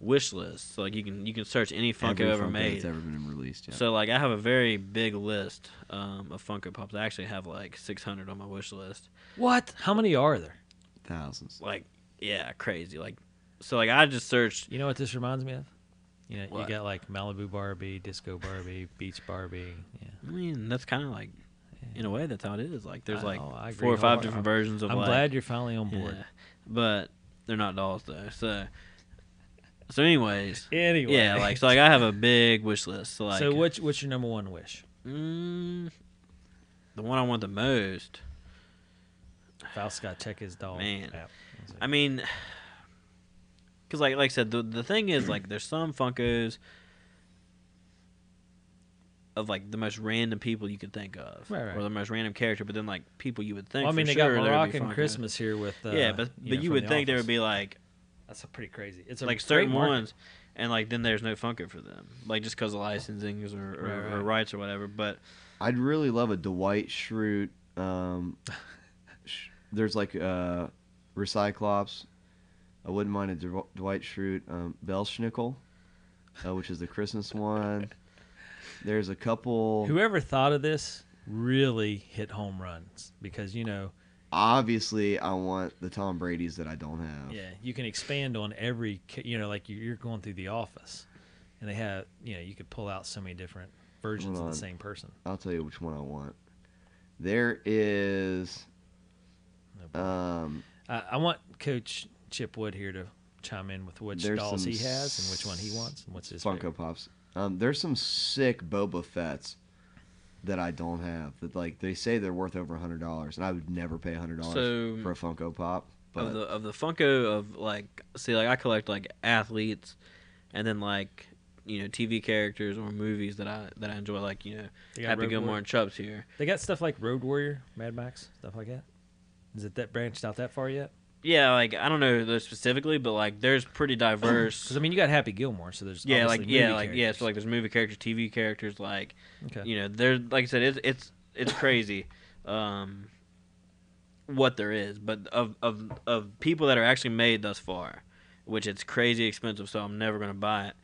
wish lists. So, like you can you can search any Funko Every ever Funko made. that's ever been released. Yeah. So like I have a very big list um, of Funko Pops. I actually have like 600 on my wish list. What? How many are there? Thousands. Like yeah, crazy. Like so like I just searched You know what this reminds me of? You know, What? you got like Malibu Barbie, Disco Barbie, Beach Barbie. Yeah. I mean, that's kind of like, in a way, that's how it is. Like, there's I like know, I agree four or five wholeheart- different versions of. I'm like, glad you're finally on board. yeah. but they're not dolls though. So, so anyways, Anyway. yeah, like so, like I have a big wish list. So, like, so what's what's your number one wish? Mm, the one I want the most. Faust got to check his doll. Man. app. I was like, I mean, because like like I said, the the thing is like there's some Funkos of like the most random people you could think of, Right, right. or the most random character, but then like people you would think. well, I for mean, they sure there got would be Moroccan Funko. Christmas here with. Uh, yeah, but but you, know, from would The think there would Office. be like That's a pretty crazy. It's a like great certain market. ones, and like then there's no Funko for them, like just because of licensing or, or, Right, or right. rights or whatever. But I'd really love a Dwight Schrute. Um, sh- there's like uh, Recyclops. I wouldn't mind a Dw- Dwight Schrute um, Belschnickel, uh, which is the Christmas one. There's a couple. Whoever thought of this really hit home runs because you know obviously I want the Tom Brady's that I don't have. Yeah, you can expand on every, ca- you know, like you- you're going through the office, and they have, you know, you could pull out so many different versions of Hold on. the same person. I'll tell you which one I want. There is um I, I want Coach Chip Wood here to chime in with which There's dolls some he has and which one he wants and what's his favorite. Funko Pops. Um there's some sick Boba Fett's that I don't have. That like they say they're worth over hundred dollars and I would never pay hundred dollars So- for a Funko Pop. But of the of the Funko of like see like I collect like athletes, and then like you know TV characters or movies that I that I enjoy like you know They got Happy Road Gilmore Warrior. and Chubb's here. They got stuff like Road Warrior, Mad Max, stuff like that. Is it that branched out that far yet? Yeah, like I don't know those specifically, but like there's pretty diverse. Because I mean, you got Happy Gilmore, so there's yeah, like obviously yeah, movie like yeah. So characters. like there's movie characters, TV characters, like okay. you know there's like I said, it's it's it's crazy. Um, what there is, but of of of people that are actually made thus far, which it's crazy expensive, so I'm never gonna buy it.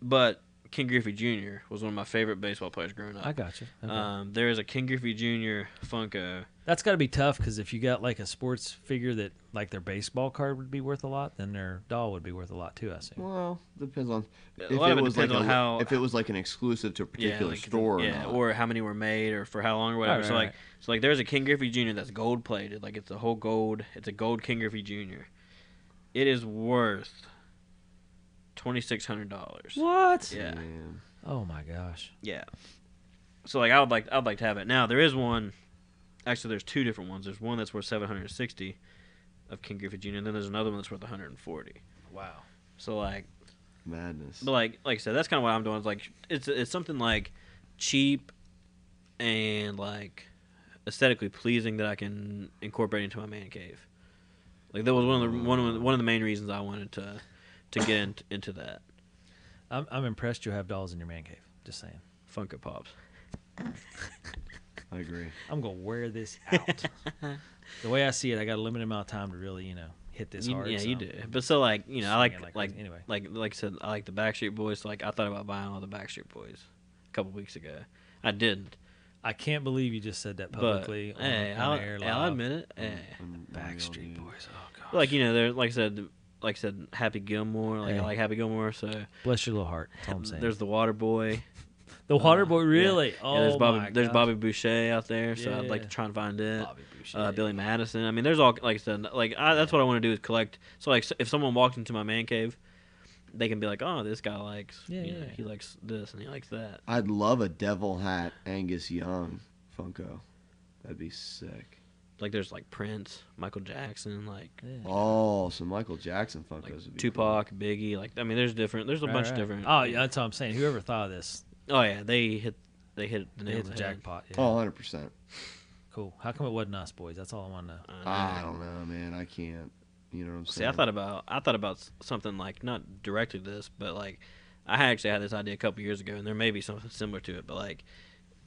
But King Griffey Jr. was one of my favorite baseball players growing up. I got you. Okay. Um, there is a King Griffey Jr. Funko. That's got to be tough because if you got like a sports figure that like their baseball card would be worth a lot, then their doll would be worth a lot too. I assume. well, depends on A if lot it of it was like depends a, on how- if it was like an exclusive to a particular like, store or yeah, not. or how many were made, or for how long, or whatever. Right, so right, like, right. so like, there's a King Griffey Jr. that's gold plated, like it's a whole gold. It's a gold King Griffey Jr. It is worth twenty six hundred dollars. What? Yeah, Man. Oh my gosh. yeah. So like, I would like, I'd like to have it now. There is one. Actually, there's two different ones. There's one that's worth seven hundred sixty of King Griffey Jr. And then there's another one that's worth one hundred and forty. Wow. So like, madness. But like, like I said, that's kind of what I'm doing. It's like it's it's something like cheap and like aesthetically pleasing that I can incorporate into my man cave. Like that was one of the one of the, one of the main reasons I wanted to to get in, into that I'm I'm impressed you have dolls in your man cave. Just saying. Funko Pops. I agree. I'm gonna wear this out. the way I see it, I got a limited amount of time to really you know hit this You- hard. yeah, you so- do. But so like you know, I Swinging like like like crazy. like Anyway. anyway. like like I said, I like the Backstreet Boys. So like I thought about buying all the Backstreet Boys a couple weeks ago. I didn't, I can't believe you just said that but publicly. on, hey, on I'll, air hey, I'll live. Mm. admit it. Hey. I'm- I'm real, Backstreet dude. Boys. Oh god. like you know, there like I said, like I said, Happy Gilmore. Like Hey. I like Happy Gilmore. So Bless your little heart. That's all I'm saying. there's the Water Boy. Uh, the Water Boy. yeah. Really? Oh Yeah, there's Bobby. my There's gosh. Bobby Boucher out there. So I'd like Yeah. to try and find it. Bobby Boucher. Uh, Billy Madison. I mean, there's all like I said. Like I, that's what I want to do is collect. So like, s- if someone walked into my man cave, they can be like, "Oh, this guy likes. Yeah, you know, yeah. he likes this and he likes that." I'd love a devil hat Angus Young Funko. That'd be sick. Like there's like Prince, Michael Jackson, like Yeah. Oh, some Michael Jackson Funkos like would be Tupac, Biggie. Like I mean, there's different. There's a Right, bunch of right. different. Oh yeah, that's what I'm saying. Whoever thought of this, Oh yeah, they hit. They hit the they nail hit on the the head. jackpot. Yeah. Cool. Oh, 100%. Cool. How come it wasn't us, boys? That's all I want to know. I don't know, man. I can't. You know what I'm See, saying? I thought about I thought about s- something like not directly this, but like I had actually had this idea a couple years ago, and there may be something similar to it. But like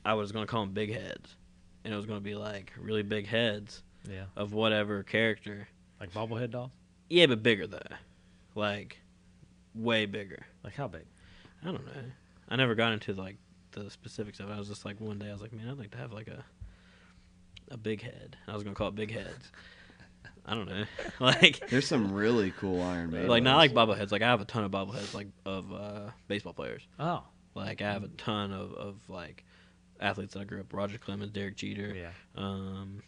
I was gonna call them big heads, and it was gonna be like really big heads Yeah. of whatever character. Like bobblehead dolls? Yeah, but bigger though, like way bigger. Like how big? I don't know. I never got into like the specifics of it. I was just like one day I was like, man, I'd like to have like a a big head. I was gonna call it big heads. I don't know, like. There's some really cool Iron Man. like not like bobbleheads. Like I have a ton of bobbleheads, like of uh, baseball players. Oh. Like I have a ton of, of like athletes that I grew up. Roger Clemens, Derek Jeter, Yeah. um,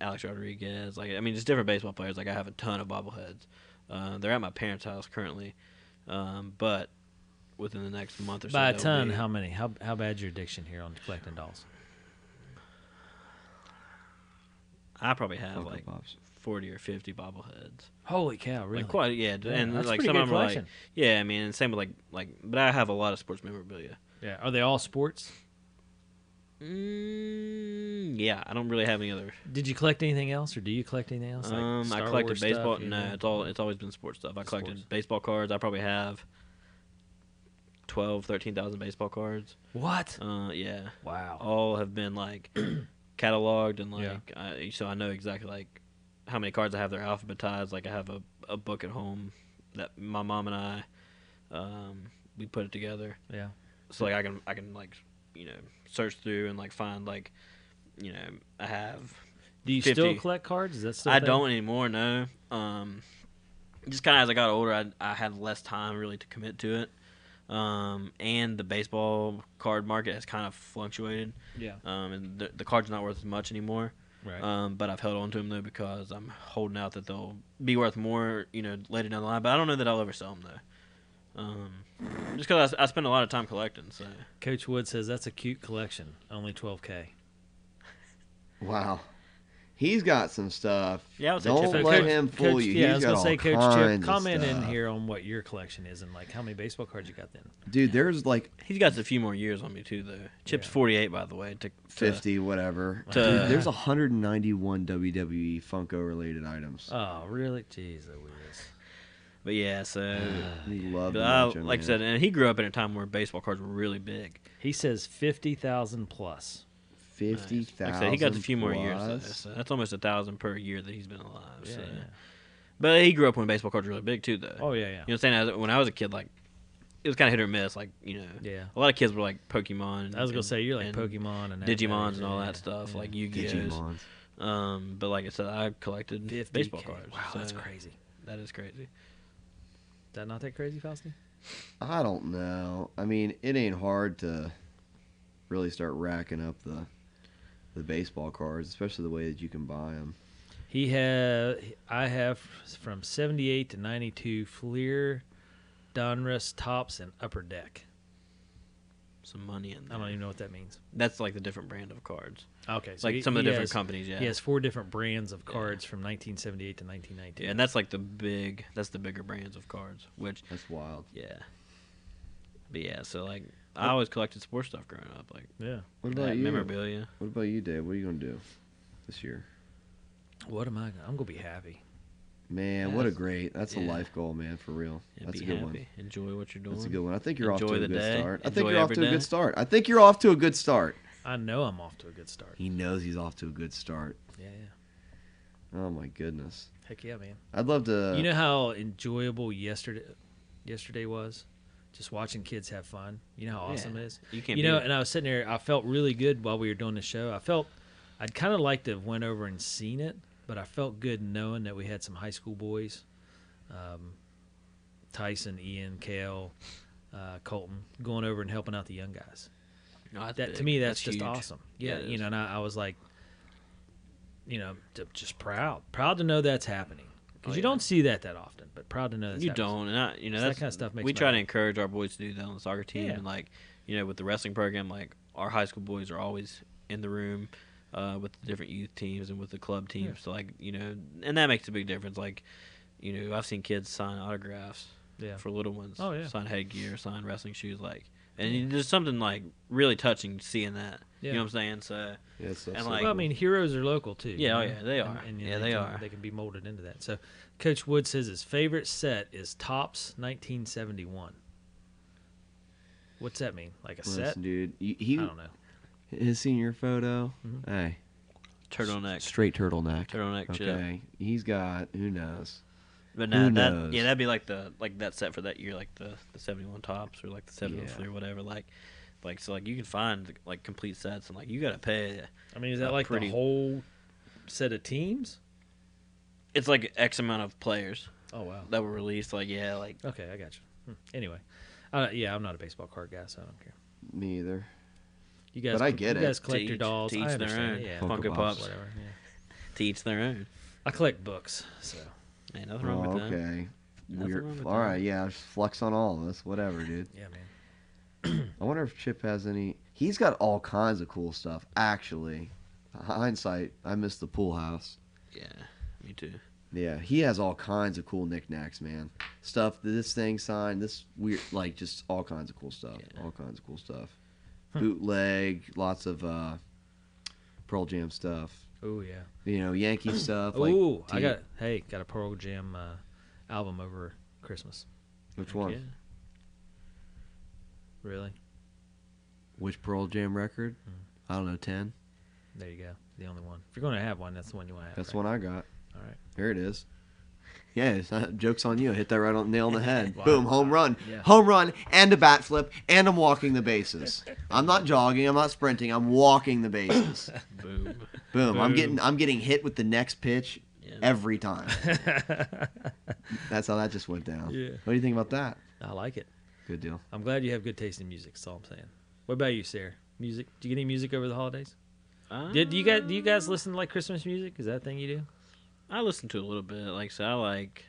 Alex Rodriguez. Like I mean, just different baseball players. Like I have a ton of bobbleheads. Uh, they're at my parents' house currently, um, but within the next month or so, By a they'll ton, be- how many? How how bad's your addiction here on collecting dolls? I probably have Funko like Pops. forty or fifty bobbleheads. Holy cow! Really? Like quite yeah, d- Yeah, and that's like pretty some good of them are like collection. yeah. I mean, and same with like like, but I have a lot of sports memorabilia. yeah. Are they all sports? Mm, yeah, I don't really have any other. Did you collect anything else, or do you collect anything else? Like um, I Star collected Wars baseball. uh, stuff, you no, know? it's all it's always been sports stuff. I collected Sports. baseball cards. I probably have 12, 13,000 baseball cards. What? Uh, yeah, Wow. all have been like cataloged and Yeah. like I, so I know exactly like how many cards I have. They're alphabetized. Like I have a a book at home that my mom and I um we put it together Yeah. so like I can I can like you know search through and like find like you know I have Do you still 50. collect cards? Is that still? a I thing? don't anymore. No. Um, just kind of as I got older, I I had less time really to commit to it. Um, and the baseball card market has kind of fluctuated. Yeah. Um, and the, the cards are not worth as much anymore. Right. Um, but I've held on to them though because I'm holding out that they'll be worth more, you know, later down the line. But I don't know that I'll ever sell them though. Um, just because I, s- I spend a lot of time collecting. So Coach Wood says that's a cute collection. Only 12k. Wow. He's got some stuff. Yeah, I would say don't check let that out. him fool Coach, you. Yeah, I He's was got gonna say, all Coach Chip, kinds of comment in stuff. here on what your collection is and like how many baseball cards you got then. dude. There's like he's got a few more years on me too though. Chip's Yeah. 48 by the way. To, to- 50, whatever. to- Dude, there's 191 WWE E Funko related items. Uh, Oh, really? Jeez, Louise. But yeah, so. we love But to I, watch him, like I man. said, and he grew up in a time where baseball cards were really big. He says fifty thousand plus. fifty Like thousand. I said, he got a few more years. though, plus. so that's almost a thousand per year that he's been alive. Yeah, so. yeah. But he grew up when baseball cards were really big too, though. Oh yeah, yeah. You know what I'm saying? As- When I was a kid, like it was kind of hit or miss. Like you know, Yeah. a lot of kids were like Pokemon. I was gonna and- say you're like and Pokemon and that- Digimons and all yeah, that stuff, yeah. like Yu-Gi-Ohs. Digimons. Um, but like I said, I collected 50K. baseball cards. Wow, that's so crazy. Is That is crazy. that not that crazy, Fausti? I don't know. I mean, it ain't hard to really start racking up the the baseball cards, especially the way that you can buy them. He had I have from seventy eight to ninety two Fleer, Donruss, Tops, and Upper Deck. Some money in I don't there. even know what that means. That's like the different brand of cards. Okay, so like he- some of the he different has- companies. Yeah. He has four different brands of cards from 1978 to 1992. Yeah, and that's like the big. That's the bigger brands of cards. Which That's wild. yeah. But yeah, so like I always collected sports stuff growing up, like yeah. What about that you? memorabilia. What about you, Dave? What are you gonna do this year? What am I? gonna- I'm gonna be happy. Man, Yeah, what a that's- great. That's a yeah. life goal, man. For real. Yeah, that's be a good happy. one. Enjoy what you're doing. That's a good one. I think you're off Enjoy to a the good day. start. I think Enjoy you're off every to a day. good start. I think you're off to a good start. I know I'm off to a good start. He knows he's off to a good start. Yeah, yeah. Oh my goodness. Heck yeah, man. I'd love to. Uh, you know how enjoyable yesterday yesterday was? Just watching kids have fun. You know how awesome Yeah. it is? You can't You beat know, it. and I was sitting there, I felt really good while we were doing the show. I felt I'd kind of like to have went over and seen it, but I felt good knowing that we had some high school boys. Um, Tyson, Ian, Kale, uh, Colton going over and helping out the young guys. No, that's that to big. me that's, just huge. awesome yeah, Yeah, it you is. know and I, I was like you know j- just proud proud to know that's happening because Oh, yeah. you don't see that that often but proud to know that's You happening. don't, and I, you know So that that's, kinda stuff makes We my try to day. encourage our boys to do that on the soccer team, Yeah. and like you know, with the wrestling program, like our high school boys are always in the room uh, with the different youth teams and with the club teams. So like you know, and that makes a big difference. Like you know, I've seen kids sign autographs yeah for little ones. Oh, yeah. sign headgear, sign wrestling shoes, like, and there's something like really touching seeing that. Yeah. You know what I'm saying? So Yeah, so- and, so- like- well, I mean, heroes are local too. you Yeah, oh know? yeah, they are. you Yeah, know, they can, are. They can be molded into that. So, Coach Wood says his favorite set is Tops 1971. What's that mean? Like a set? listen, dude. You, I he don't know. his senior photo. Hey, turtleneck, straight turtleneck. Mm-hmm. turtleneck, okay. Okay, he's got who knows. But Who no, that knows? yeah, that'd be like the like that set for that year, like the the seventy one tops or like the seventy one Yeah. fleer, whatever. Like, like so, like you can find like complete sets and like you gotta pay. I mean, is that A like pretty- the whole set of teams? It's like X amount of players Oh wow. that were released. Like yeah, like Okay, I got you. Hmm. Anyway, uh, yeah, I'm not a baseball card guy, so I don't care. Me either. You guys, I cl- get you it. guys to collect your each- dolls. to I each their understand. own. Yeah, Funko Funko Pops. Pops, whatever. Yeah. to each their own. I collect books, so Ain't nothing wrong Oh, with that. okay. Nothing Weird. wrong with All that. right, yeah. Just flex on all of us. Whatever, dude. yeah, man. I wonder if Chip has any. He's got all kinds of cool stuff. Actually, hindsight, I missed the pool house. Yeah, me too. Yeah, he has all kinds of cool knickknacks, man. Stuff that this thing signed, this weird, like just all kinds of cool stuff. All kinds of cool stuff. Bootleg, lots of uh, Pearl Jam stuff. Oh yeah. You know, Yankee stuff. Like, Ooh, I T- got hey, got a Pearl Jam uh, album over Christmas. which one? Yeah. Really? Which Pearl Jam record? Hmm. I don't know, ten. There you go. The only one. If you're going to have one, that's the one you want to have. That's the right? one I got. All right. Here it is. Yeah, it's not- joke's on you. I hit that right on nail on the head. Wow. Boom, home run. Yeah. Home run and a bat flip, and I'm walking the bases. I'm not jogging, I'm not sprinting, I'm walking the bases. Boom. Boom. I'm Boom. getting I'm getting hit with the next pitch Yeah. every time. That's how that just went down. Yeah. What do you think about that? I like it. Good deal. I'm glad you have good taste in music. That's all I'm saying. What about you, Sarah? Music? Do you get any music over the holidays? Did do you guys do you guys listen to like Christmas music? Is that a thing you do? I listen to a little bit. Like so, I like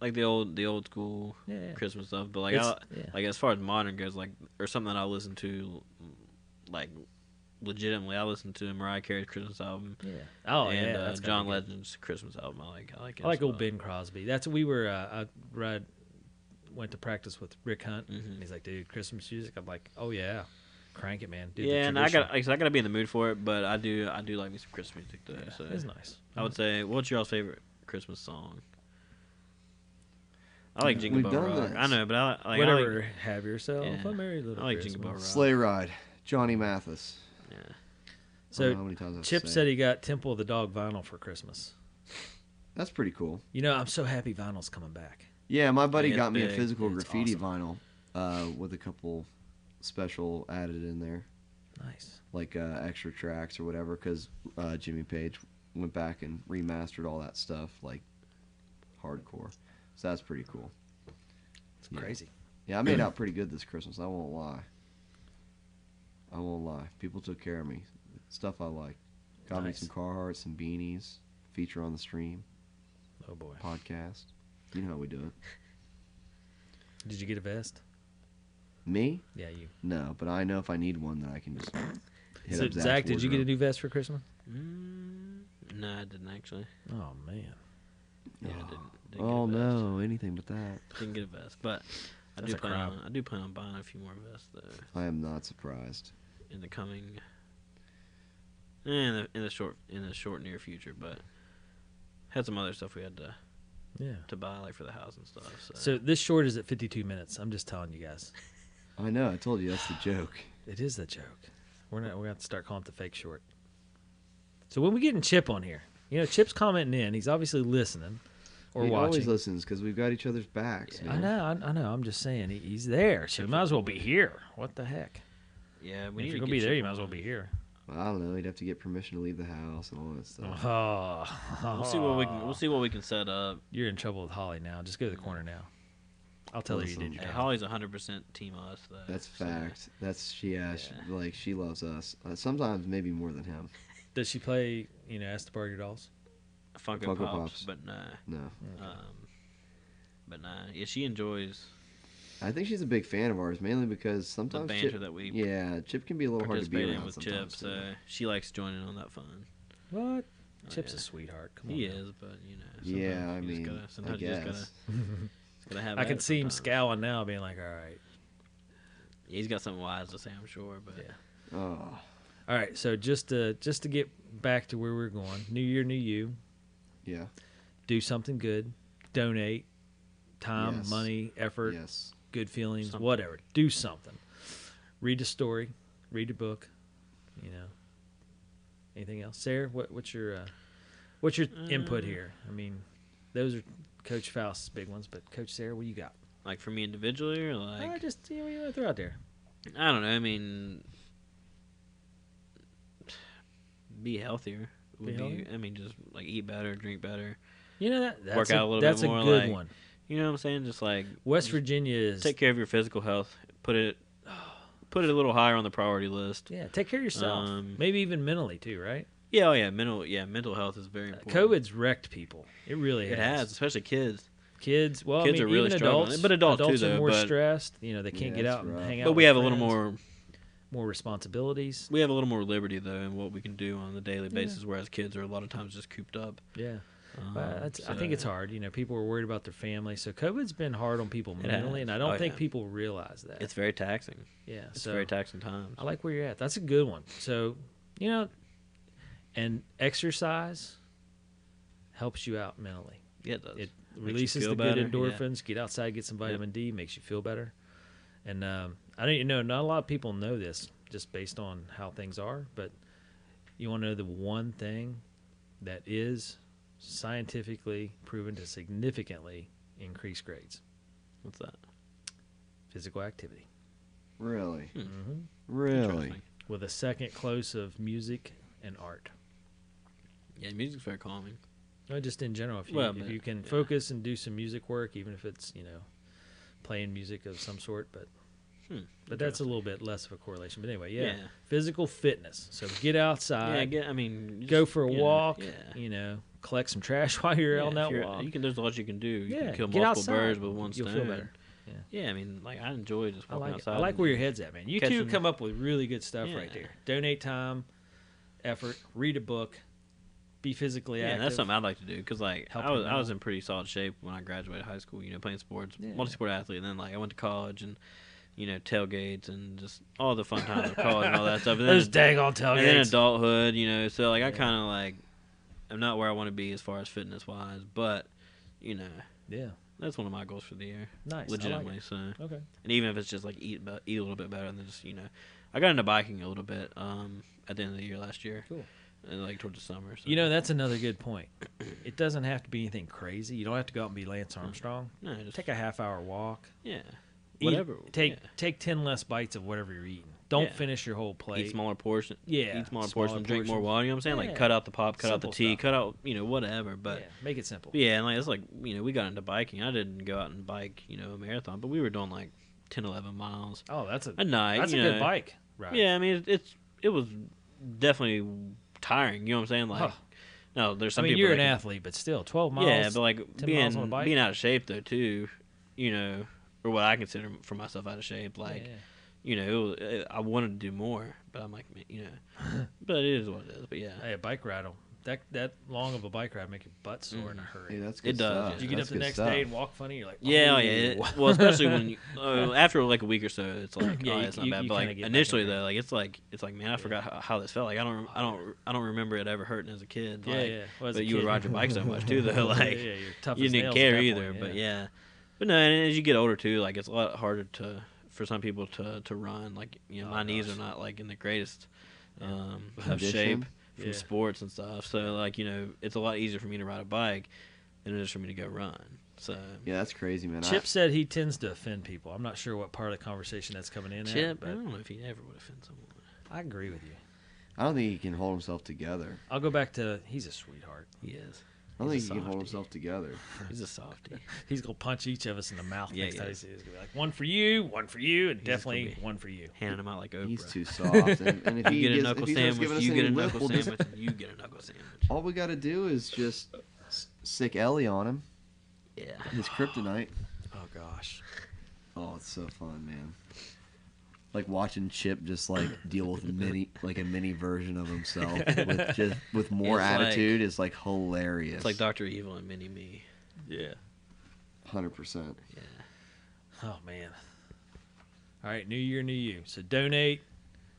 like the old the old school Yeah, yeah. Christmas stuff. But like I, It's- yeah. like as far as modern goes, like or something that I listen to, like legitimately, I listen to Mariah Carey's Christmas album Yeah. Oh and yeah. uh, that's gotta John be good. Legend's Christmas album. I like I like. It I like as old well. Ben Crosby. That's we were. Uh, I read, went to practice with Rick Hunt, Mhm. and he's like, "Dude, Christmas music." I'm like, "Oh yeah, crank it, man." Do the yeah, and I got traditional." like, I said, I gotta be in the mood for it, but I do I do like me some Christmas music though. Yeah, so It's nice. I would say, what's y'all's favorite Christmas song? I like Jingle We've Bell done Rock. this. I know, but I, like, I like Whatever. have yourself yeah. a merry little. I like Christmas. Jingle Bell Rock. Sleigh ride. Johnny Mathis. I don't know how So many times I have to Chip say said it. he got Temple of the Dog vinyl for Christmas. That's pretty cool. You know, I'm so happy vinyl's coming back. Yeah, my buddy it's got me a big. physical It's graffiti vinyl uh, with a couple special added in there. Nice. like uh, extra tracks or whatever because uh, Jimmy Page went back and remastered all that stuff like hardcore. So that's pretty cool. It's Yeah. crazy. Yeah, I made out pretty good this Christmas. I won't lie. I won't lie. People took care of me. Stuff I like. Got Nice. me some Carhartts, some beanies. Feature on the stream Oh boy. podcast. You know how we do it. Did you get a vest? Me? Yeah, you. No, but I know if I need one that I can just. Hit So up Zach's Zach, did you get a wardrobe. new vest for Christmas? Mm, no, I didn't actually. Oh man. Yeah, I Oh. didn't. didn't Oh get a vest. no, anything but that. Didn't get a vest, but I That's do a plan crime. on I do plan on buying a few more vests though I am not surprised. in the coming. eh, In the, in the short in the short near future, but had some other stuff we had to, Yeah. to buy like for the house and stuff. So, So this short is at 52 minutes. I'm just telling you guys. I know. I told you that's the joke. It is the joke. We're not. We're gonna have to start calling it the fake short. So when we getting Chip on here, you know, Chip's commenting in. He's obviously listening or he watching. always listens because we've got each other's backs. I man. know. I, I know. I'm just saying he, he's there. So he might as well be here. What the heck? yeah, we if need you're to gonna get be there, Chip you might as on. well be here. I don't know. He'd have to get permission to leave the house and all that stuff. Oh, We'll see what we can. We'll see what we can set up. You're in trouble with Holly now. Just go to the corner now. I'll tell her you did Listen. your Hey, job. Holly's 100 percent team us. Though, Oh, That's so- fact. That's she. Yeah, she- Yeah. like she loves us. Uh, sometimes maybe more than him. Does she play? You know, ask the Barger Dolls. Funko, Funko Pops, Pops. but nah, No, um, but nah. Yeah, she enjoys I think she's a big fan of ours mainly because the sometimes banter Chip, that we yeah, Chip can be a little hard to be participate in around with Chip, sometimes. so too. she likes joining on that fun. What? Chip's Oh, yeah. a sweetheart. Come on. He now. is, but you know, sometimes yeah, I you just mean, gotta, I sometimes you guess. just gotta, just gotta have. I at can it see him sometimes. scowling now, being like, "All right." Yeah, he's got something wise to say, I'm sure. But Yeah. Oh, All right, so just to just to get back to where we are going, New Year, New You, yeah. do something good, donate time, Yes. money, effort, Yes. good feelings, Something. whatever. Do something. Read a story, read a book, you know. Anything else, Sarah? What, what's your uh, what's your Uh, input here? I mean, those are Coach Faust's big ones, but Coach Sarah, what you got? like for me individually, or I like just you know, you know, throw out there. I don't know. I mean, be healthier. Would Be be- healthier? I mean, just like eat better, drink better. You know that that's Work a, out a little bit that's more, a good like- one. You know what I'm saying? Just like West just Virginia is take care of your physical health. Put it put it a little higher on the priority list. Yeah, take care of yourself. Um, Maybe even mentally too, right? Yeah, oh yeah, mental yeah, mental health is very Uh, important. COVID's wrecked people. It really it has, especially kids. Kids, well, Kids I mean, are really even struggling. adults, But adults too, are though, more but- stressed. You know, they can't Yeah, get that's out right. and hang out. But we with have a little friends, more more responsibilities. we have a little more liberty though in what we can do on a daily basis, whereas kids are a lot of times just cooped up. Yeah, Um, But that's, I think it's so hard. You know, people are worried about their family, so COVID's been hard on people mentally, and has. I don't Oh, think yeah. people realize that. It's very taxing. yeah, It's so very taxing times. I like where you're at. That's a good one. So, you know, and exercise helps you out mentally. Yeah, it does. it you releases feel the better, yeah. good endorphins. Get outside, get some vitamin D, makes you feel better. And um, I don't even know. Not a lot of people know this, just based on how things are. But you want to know the one thing that is scientifically proven to significantly increase grades, What's that? physical activity. Really? hmm Really? Interesting. With a second close of music and art. Yeah, music's very calming. No, just in general, if you, Well, if but- you can yeah. focus and do some music work, even if it's you know playing music of some sort, but Hmm, but that's a little bit less of a correlation. But anyway, yeah, Yeah. physical fitness. So get outside, yeah, I, get, I mean, Uh, go just, for a you know, walk. yeah. You know, collect some trash while you're Yeah, on if that you're- walk. You can. There's a lot you can do. You Yeah, can kill get multiple outside. birds with one You'll stone. feel better. Yeah. I mean, like I enjoy just I walking like it. outside. I like and- where your head's at, man. You two catching- come up with really good stuff right Yeah. there. Donate time, effort, read a book, be physically Yeah, active. that's something I'd like to do because like Help I was them I was out. in pretty solid shape when I graduated high school. You know, playing sports, Yeah. multi-sport athlete, and then like I went to college and you know tailgates and just all the fun times of college and all that stuff. And then, Those dang on and then tailgates. adulthood, you know, so like I kind of like I'm not where I want to be as far as fitness wise, but you know Yeah, that's one of my goals for the year, nice. I like legitimately. it. So Okay. and even if it's just like eat be- eat a little bit better than just you know, I got into biking a little bit um at the end of the year last year, Cool. and like towards the summer. So. You know, that's another good point. It doesn't have to be anything crazy. You don't have to go out and be Lance Armstrong. no, just, Take a half hour walk. yeah, Eat- whatever. take yeah. take ten less bites of whatever you're eating. Don't Yeah. finish your whole plate. Eat smaller portion. Yeah, Eat smaller, smaller portions. Drink more portions. water. You know what I'm saying? Yeah. Like cut out the pop, cut out the Simple tea, stuff. cut out you know whatever. But yeah, make it simple. yeah. and like it's like you know we got into biking. I didn't go out and bike you know a marathon, but we were doing like 10, 11 miles Oh, that's a a night. that's a you good know. bike. Right. Yeah, I mean it's, it's it was definitely tiring. You know what I'm saying? Like. Huh. No, there's I some mean, people you're that an can- athlete, but still, twelve miles. yeah, but like 10 being miles on a bike. being out of shape though too, you know, or what I consider for myself out of shape. Like Yeah, yeah. you know, it was- I wanted to do more, but I'm like, man, you know, but it is what it is. But yeah, Hey, a bike ride will that that long of a bike ride make your butt sore in a hurry. Yeah, that's It good does, stuff. Mm. yeah. you get That's up the good next stuff. day and walk funny. You're like, yeah, oh, yeah. "Ooh." it- well, especially when you, uh, after like a week or so, it's like, Yeah, oh, you- it's not you- bad. you but kinda like get back initially in there. though, like it's like it's like, man, I forgot how, how this felt. Like I don't, I don't, I don't remember it ever hurting as a kid. Yeah, like, yeah. Well, as a but you would kid- ride your bike so much too, though. Like yeah, yeah, you're tough you as didn't nails care at that either. point, but yeah, but no, and as you get older too, like it's a lot harder to for some people to to run. Like you know, Oh, my knees gosh. are not like in the greatest Yeah. um, of Condition? shape from Yeah. sports and stuff. So like you know, it's a lot easier for me to ride a bike than it is for me to go run. So Yeah, that's crazy, man. I- Chip said he tends to offend people. I'm not sure what part of the conversation that's coming in. Chip, mm. at, I but don't know if he ever would offend someone. I agree with you. I don't think he can hold himself together. I'll go back to he's a sweetheart. He is. I don't He's a think he can hold softie. himself together. He's a softie. He's gonna punch each of us in the mouth Yeah, next yeah. time he sees. us. He's gonna be like one for you, one for you, and He's just gonna definitely be- one for you. Handing him out like Oprah. He's too soft. And, and if you he get a gives, knuckle if he starts sandwich. giving us You get any a lip, knuckle we'll just, sandwich. and You get a knuckle sandwich. all we got to do is just s- sick Ellie on him. Yeah. His kryptonite. Oh gosh. Oh, it's so fun, man. Like watching Chip just like deal with mini, like a mini version of himself with just with more It's like- attitude is like hilarious. It's like Doctor Evil and Mini Me. Yeah. hundred percent. Oh man. All right, new year, new you. So donate,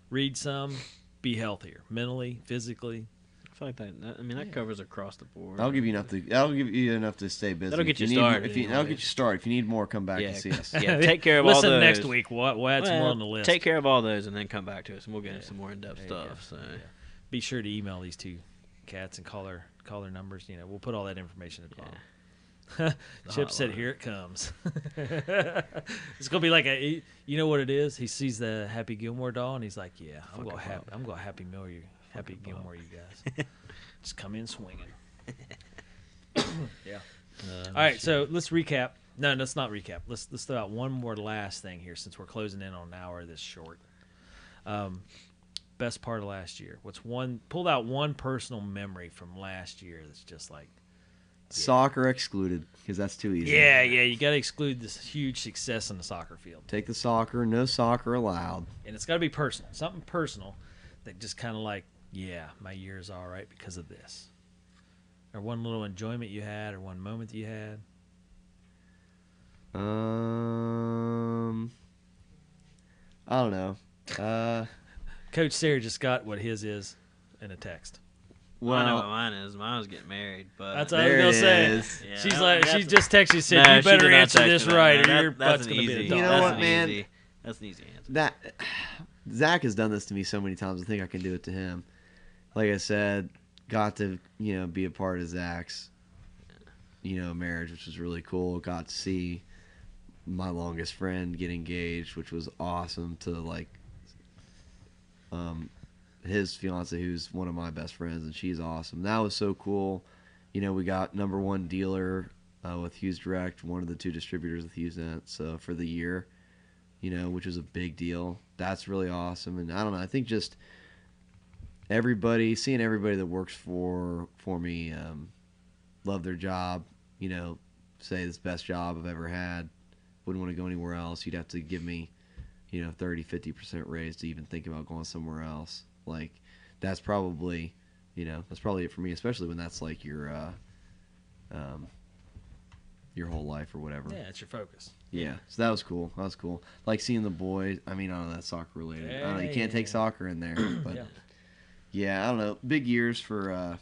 read some, be healthier mentally, physically. I feel like that. that- I mean, that covers across the board. That'll give you enough to. That'll give you enough to stay busy. That'll If get you need- started If you, that'll get anyways. you started. If you need more, come back yeah, and see us. yeah. Take care of all Listen those. next week. What? We'll add some more Well, on the list. Take care of all those, and then come back to us, and we'll get Yeah. into some more in-depth There you go. stuff. So, Yeah. Be sure to email these two cats and call their call their numbers. You know, we'll put all that information at the Yeah. bottom. Chip said, hotline. "Here it comes." it's gonna be like a, you know what it is. He sees the Happy Gilmore doll and he's like, "Yeah, I'm Fucking gonna happy, I'm gonna Happy Meal you, Happy Fucking Gilmore you guys. Just come in swinging." yeah. uh, All right, so let's recap. No, let's not recap. Let's let's throw out one more last thing here since we're closing in on an hour this short. Um, best part of last year. What's one? Pull out one personal memory from last year that's just like, Soccer excluded because that's too easy. yeah, yeah. You got to exclude this huge success on the soccer field, Take the soccer. No soccer allowed. and it's got to be personal. Something personal that just kind of like, yeah, my year is all right because of this, or one little enjoyment you had, or one moment that you had. Um, I don't know. Uh, Coach Sarah just got what his is in a text. I know what well, mine is. Mine was getting married, but That's what I there was it gonna say. is. Yeah, she's that- like, that's- she just texted you said, No, "You she better did not answer text this me that. right, No, or your that- that's butt's an gonna be a easy- dog." You know that's what, an man? easy- That's an easy answer. that Zach has done this to me so many times. I think I can do it to him. Like I said, got to you know be a part of Zach's you know marriage, which was really cool. Got to see my longest friend get engaged, which was awesome. To like um his fiance, who's one of my best friends, and she's awesome. That was so cool. You know, we got number one dealer uh, with Hughes Direct, one of the two distributors with HughesNet, so for the year, you know, which was a big deal. That's really awesome. And I don't know, I think just everybody seeing everybody that works for for me um, love their job you know say it's the best job i've ever had wouldn't want to go anywhere else you'd have to give me you know 30 50% raise to even think about going somewhere else like that's probably you know that's probably it for me especially when that's like your uh um your whole life or whatever Yeah, it's your focus. yeah. So that was cool. That was cool. Like seeing the boys. I mean, I don't know that's soccer related. I don't know, you can't take Yeah. soccer in there, but Yeah. yeah. I don't know. Big years for uh,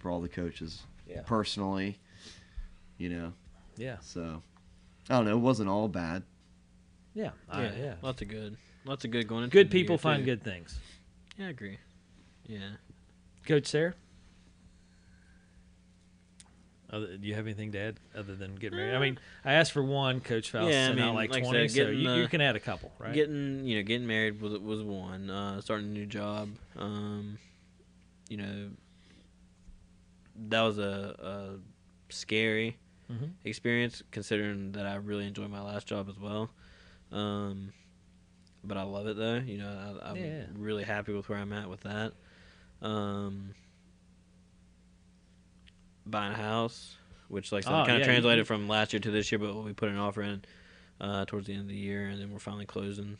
for all the coaches Yeah. personally. You know, Yeah. so I don't know. It wasn't all bad. Yeah. I- yeah, Yeah. Lots of good. Lots of good going into Good the new people year, find too. good things. Yeah, I agree. Yeah. Coach Sarah? Other, do you have anything to add other than getting married? I mean, I asked for one, Coach Faust Yeah, I sent out mean, like, like I 20, said, so getting you, you the- can add a couple, right? Getting you know getting married was was one. Uh, starting a new job, um, you know, that was a, a scary Mhm. experience considering that I really enjoyed my last job as well. Um, but I love it though. You know, I, I'm Yeah. really happy with where I'm at with that. Um, buying a house, which like Oh, kind of yeah, you- translated you- from last year to this year, but we put an offer in uh, towards the end of the year, and then we're finally closing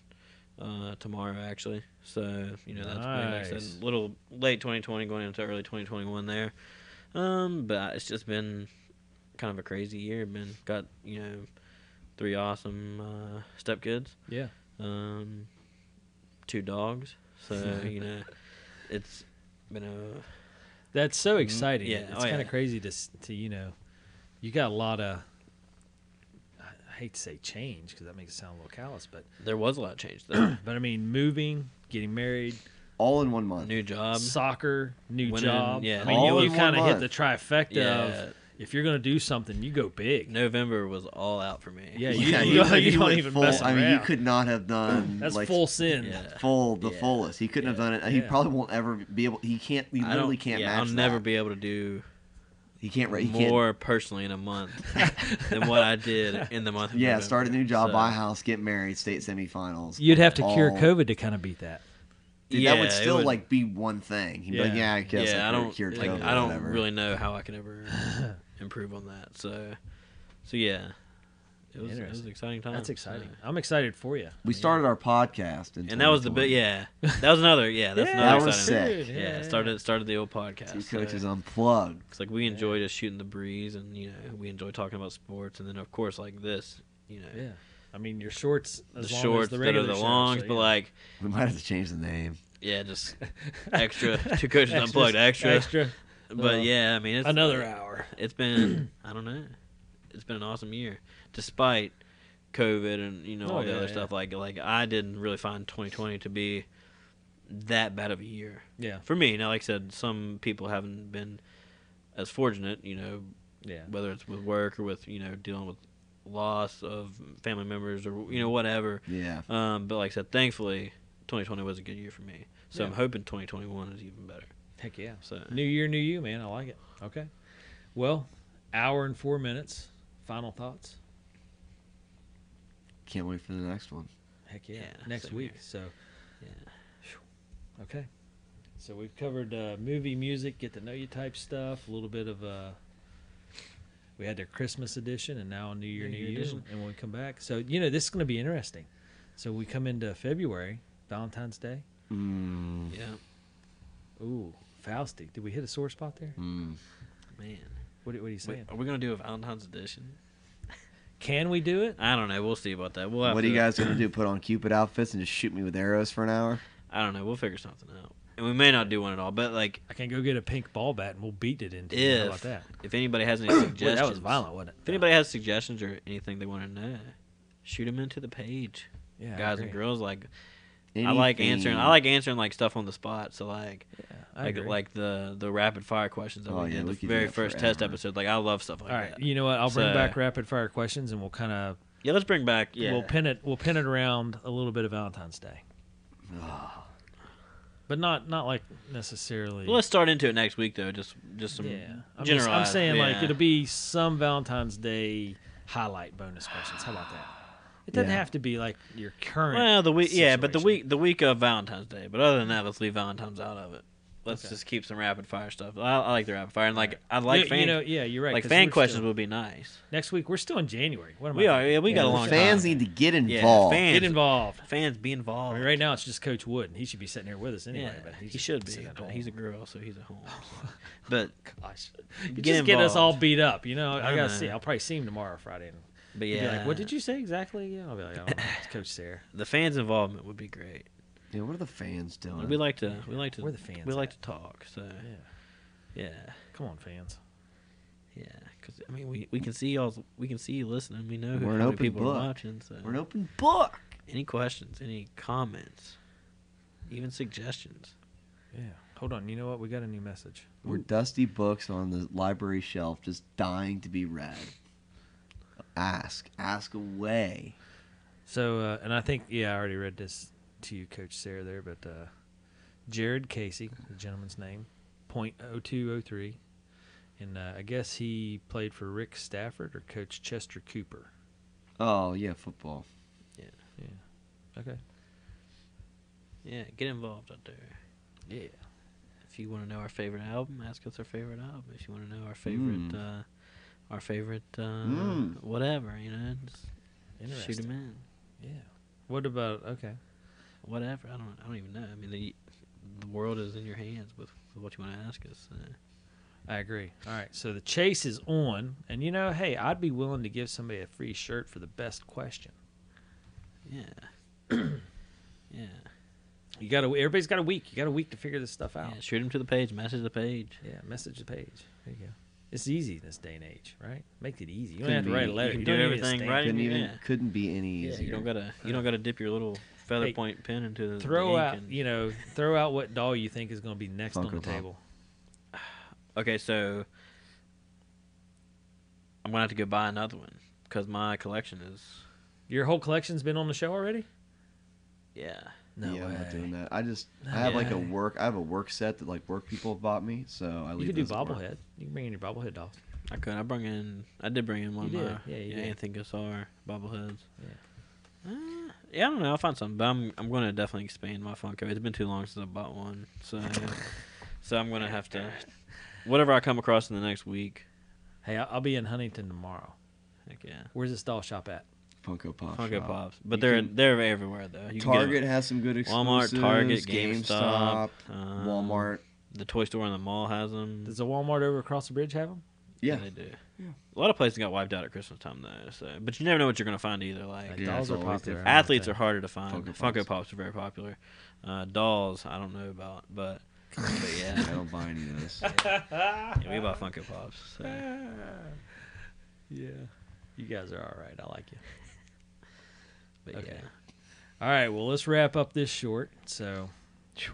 uh, tomorrow actually. So you know that's been, like I Nice. said, a little late 2020 going into early 2021 there. Um, but it's just been kind of a crazy year. Been got you know three awesome uh, stepkids, yeah. um, two dogs. So you know it's been a That's so exciting. yeah, It's oh, kind of yeah. crazy to, s- to, you know, you got a lot of, I I hate to say change because that makes it sound a little callous, but, there was a lot of change though. but I mean, moving, getting married, All in one month. New job. soccer, new Um, Winning, job. yeah. I mean, All you, in you one kind of hit month. the trifecta Yeah. of if you're going to do something, you go big. November was all out for me. Yeah, you- you- went- you don't went even full, mess I mean, you around. could not have done That's like full sin. Yeah. full the Yeah. fullest. He couldn't have Yeah. done it. He Yeah. probably won't ever be able. He can't. He I literally don't- can't yeah, match. I'll never that. be able to do He can't. ra- He can't more personally in a month than what I did in the month. Of Yeah, November. start a new job, So- buy a house, get married, state semifinals. You'd have to cure All- COVID to kind of beat that. Dude, that it would still would- like be one thing. He'd be like, yeah, Yeah. I guess yeah, I could have don't cured like, COVID, I don't whatever. really know how I can ever improve on that. So, so yeah, it was, it was Interesting. an exciting time. That's so. exciting. I'm excited for you. We started our podcast, in And that was the bit. 2020. Yeah, that was another. Yeah, that's Yeah, another that was exciting. sick. Yeah, started started the old podcast. Two so coaches unplugged. It's like we enjoy just shooting the breeze, and you know we enjoy talking about sports, and then of course like this, you know, Yeah. I mean, your shorts, the as long shorts as the that are regular the shorts, longs, so, but yeah. like We might have to change the name. yeah, just extra two coaches unplugged extra. extra, But Uh, yeah, I mean it's another hour. It's been I don't know. It's been an awesome year, despite COVID and you know Oh, all the yeah, other yeah. stuff. Like like I didn't really find 2020 to be that bad of a year Yeah, for me. Now, like I said, some people haven't been as fortunate. You know, yeah, whether it's with work or with you know dealing with loss of family members or you know whatever. Yeah. Um, but like I said, thankfully, 2020 was a good year for me. So I'm Yeah. hoping 2021 is even better. heck yeah. So New year, new you, man. I like it. Okay, well, hour and four minutes. Final thoughts. Can't wait for the next one. Heck yeah, Yeah, next same week. here. So, Yeah. Phew. okay. So we've covered uh, movie, music, get to know you type stuff. A little bit of uh, we had their Christmas edition, and now a New Year, New, New Year Year, edition. and when we come back, so you know this is going to be interesting. So we come into February, Valentine's Day. Mm, yeah, Ooh, Fausti, did we hit a sore spot there? mm. man. What, what are you Wait, saying? are we gonna do a Valentine's edition? Can we do it? I don't know. We'll see about that. We'll have What are to- you guys gonna do? Put on Cupid outfits and just shoot me with arrows for an hour? I don't know. We'll figure something out. And we may not do one at all, but like I can go get a pink ball bat and we'll beat it into. you. How if about that? if anybody has any suggestions, Boy, that was violent, wasn't it? If anybody has suggestions or anything they want to know, shoot them into the page, yeah, I guys agree. and girls. Like I like Anything. answering. I like answering like stuff on the spot. So like, I like agree. like the the rapid fire questions that Oh, we yeah, did we the could do very that first test forever. episode. Like I love stuff like All right, that. you know what? I'll bring So- back rapid fire questions, and we'll kind of Yeah, let's bring back. Yeah, we'll pin it we'll pin it around a little bit of Valentine's Day, but not not like necessarily. Well, let's start into it next week though. Just just some yeah, I'm, just, general. I'm saying like yeah. it'll be some Valentine's Day highlight bonus questions. How about that? It doesn't Yeah. have to be like your current. Well, the week yeah, but the situation. week the week of Valentine's Day. But other than that, let's leave Valentine's out of it. Let's Okay. just keep some rapid fire stuff. I, I like the rapid fire and like I like you, fan you know, yeah, you're right. like 'cause fan we're questions still- would be nice. next week we're still in January. What am We I? are yeah, we got a The long fans time. need to get Yeah, involved. fans, Get involved. Fans be I involved. mean, right now it's just Coach Wood, and he should be sitting here with us anyway. yeah, but he's he should be. sitting at But home. he's a girl, so he's at home. so. But gosh, Get you just get us all involved. beat up. You know, I, I know. gotta see. I'll probably see him tomorrow, Friday. And but he'd yeah, be like, what did you say exactly? Yeah, I'll be like, I don't know. It's Coach Sarah. The fans involvement would be great. Yeah, what are the fans doing? We like to we like to We're the fans We like at. to talk. So Yeah, yeah. come on, fans. Yeah, because I mean, we, we can see y'all. We can see you listening. We know who how We're an many open people book. are watching. So, We're an open book. any questions, any comments, even suggestions? Yeah. Hold on. You know what? We got a new message. We're dusty books on the library shelf, just dying to be read. Ask, ask away. So, uh, and I think yeah, I already read this to you, Coach Sarah there, but uh, Jared Casey, the gentleman's name, point oh two oh three, and uh, I guess he played for Rick Stafford or Coach Chester Cooper. Oh yeah, football. Okay. Yeah, get involved out there. Yeah. If you want to know our favorite album, ask us our favorite album. If you want to know our favorite, Hmm. uh, our favorite uh, Mm. whatever, you know, just shoot Interesting. them in. Yeah. What about okay? Whatever. I don't. I don't even know. I mean, the the world is in your hands with, with what you want to ask us. So. I agree. All right, so the chase is on, and you know, hey, I'd be willing to give somebody a free shirt for the best question. Yeah. yeah. You got to. Everybody's got a week. You got a week to figure this stuff out. Yeah. Shoot them to the page. Message the page. Yeah, message the page. There you go. It's easy in this day and age, right? Make it easy. You don't Couldn't have to write a be- letter. you You can do don't need to everything stamp right it. Couldn't Yeah. even, couldn't be any Yeah, easier. you don't gotta you don't gotta dip your little feather Hey, point pen into the the Throw ink out, and- you know, throw out what doll you think is going to be next on Funko the Pop. table. okay, so I'm gonna have to go buy another one because my collection is Your whole collection's been on the show already. yeah. yeah, I'm not doing that. I just No I have like a way. work I have a work set that like work people have bought me, so I You leave. could do those at work. bobblehead. You can bring in your bobblehead dolls. I could. I bring in. I did bring in one You of did. my Yeah, you did. Anthony Gassar bobbleheads. Yeah. Uh, yeah, I don't know. I'll find something, but I'm I'm gonna definitely expand my Funko. It's been too long since I bought one, so so I'm gonna have to whatever I come across in the next week. Hey, I- I'll be in Huntington tomorrow. Heck yeah, Where's this doll shop at? Funko Pop. Funko shop. Pops, but You they're can- they're everywhere though. You can get 'em Target has some good exclusives. Walmart, Target, GameStop, GameStop, um, Walmart. The toy store in the mall has them. Does the Walmart over across the bridge have them? Yeah, um, they do. A lot of places got wiped out at Christmas time though. So, but you never know what you're gonna find either. Like uh, Yeah, dolls it's are always popular. different. athletes are harder to find. Funko Funko, Pops. Pops. are very popular. Uh, dolls, I don't know about, but but I yeah, don't buy any of this. yeah, we bought Funko Pops. So. Yeah, you guys are all right. I like you. But Okay. yeah, All right, well, let's wrap up this short. So, phew,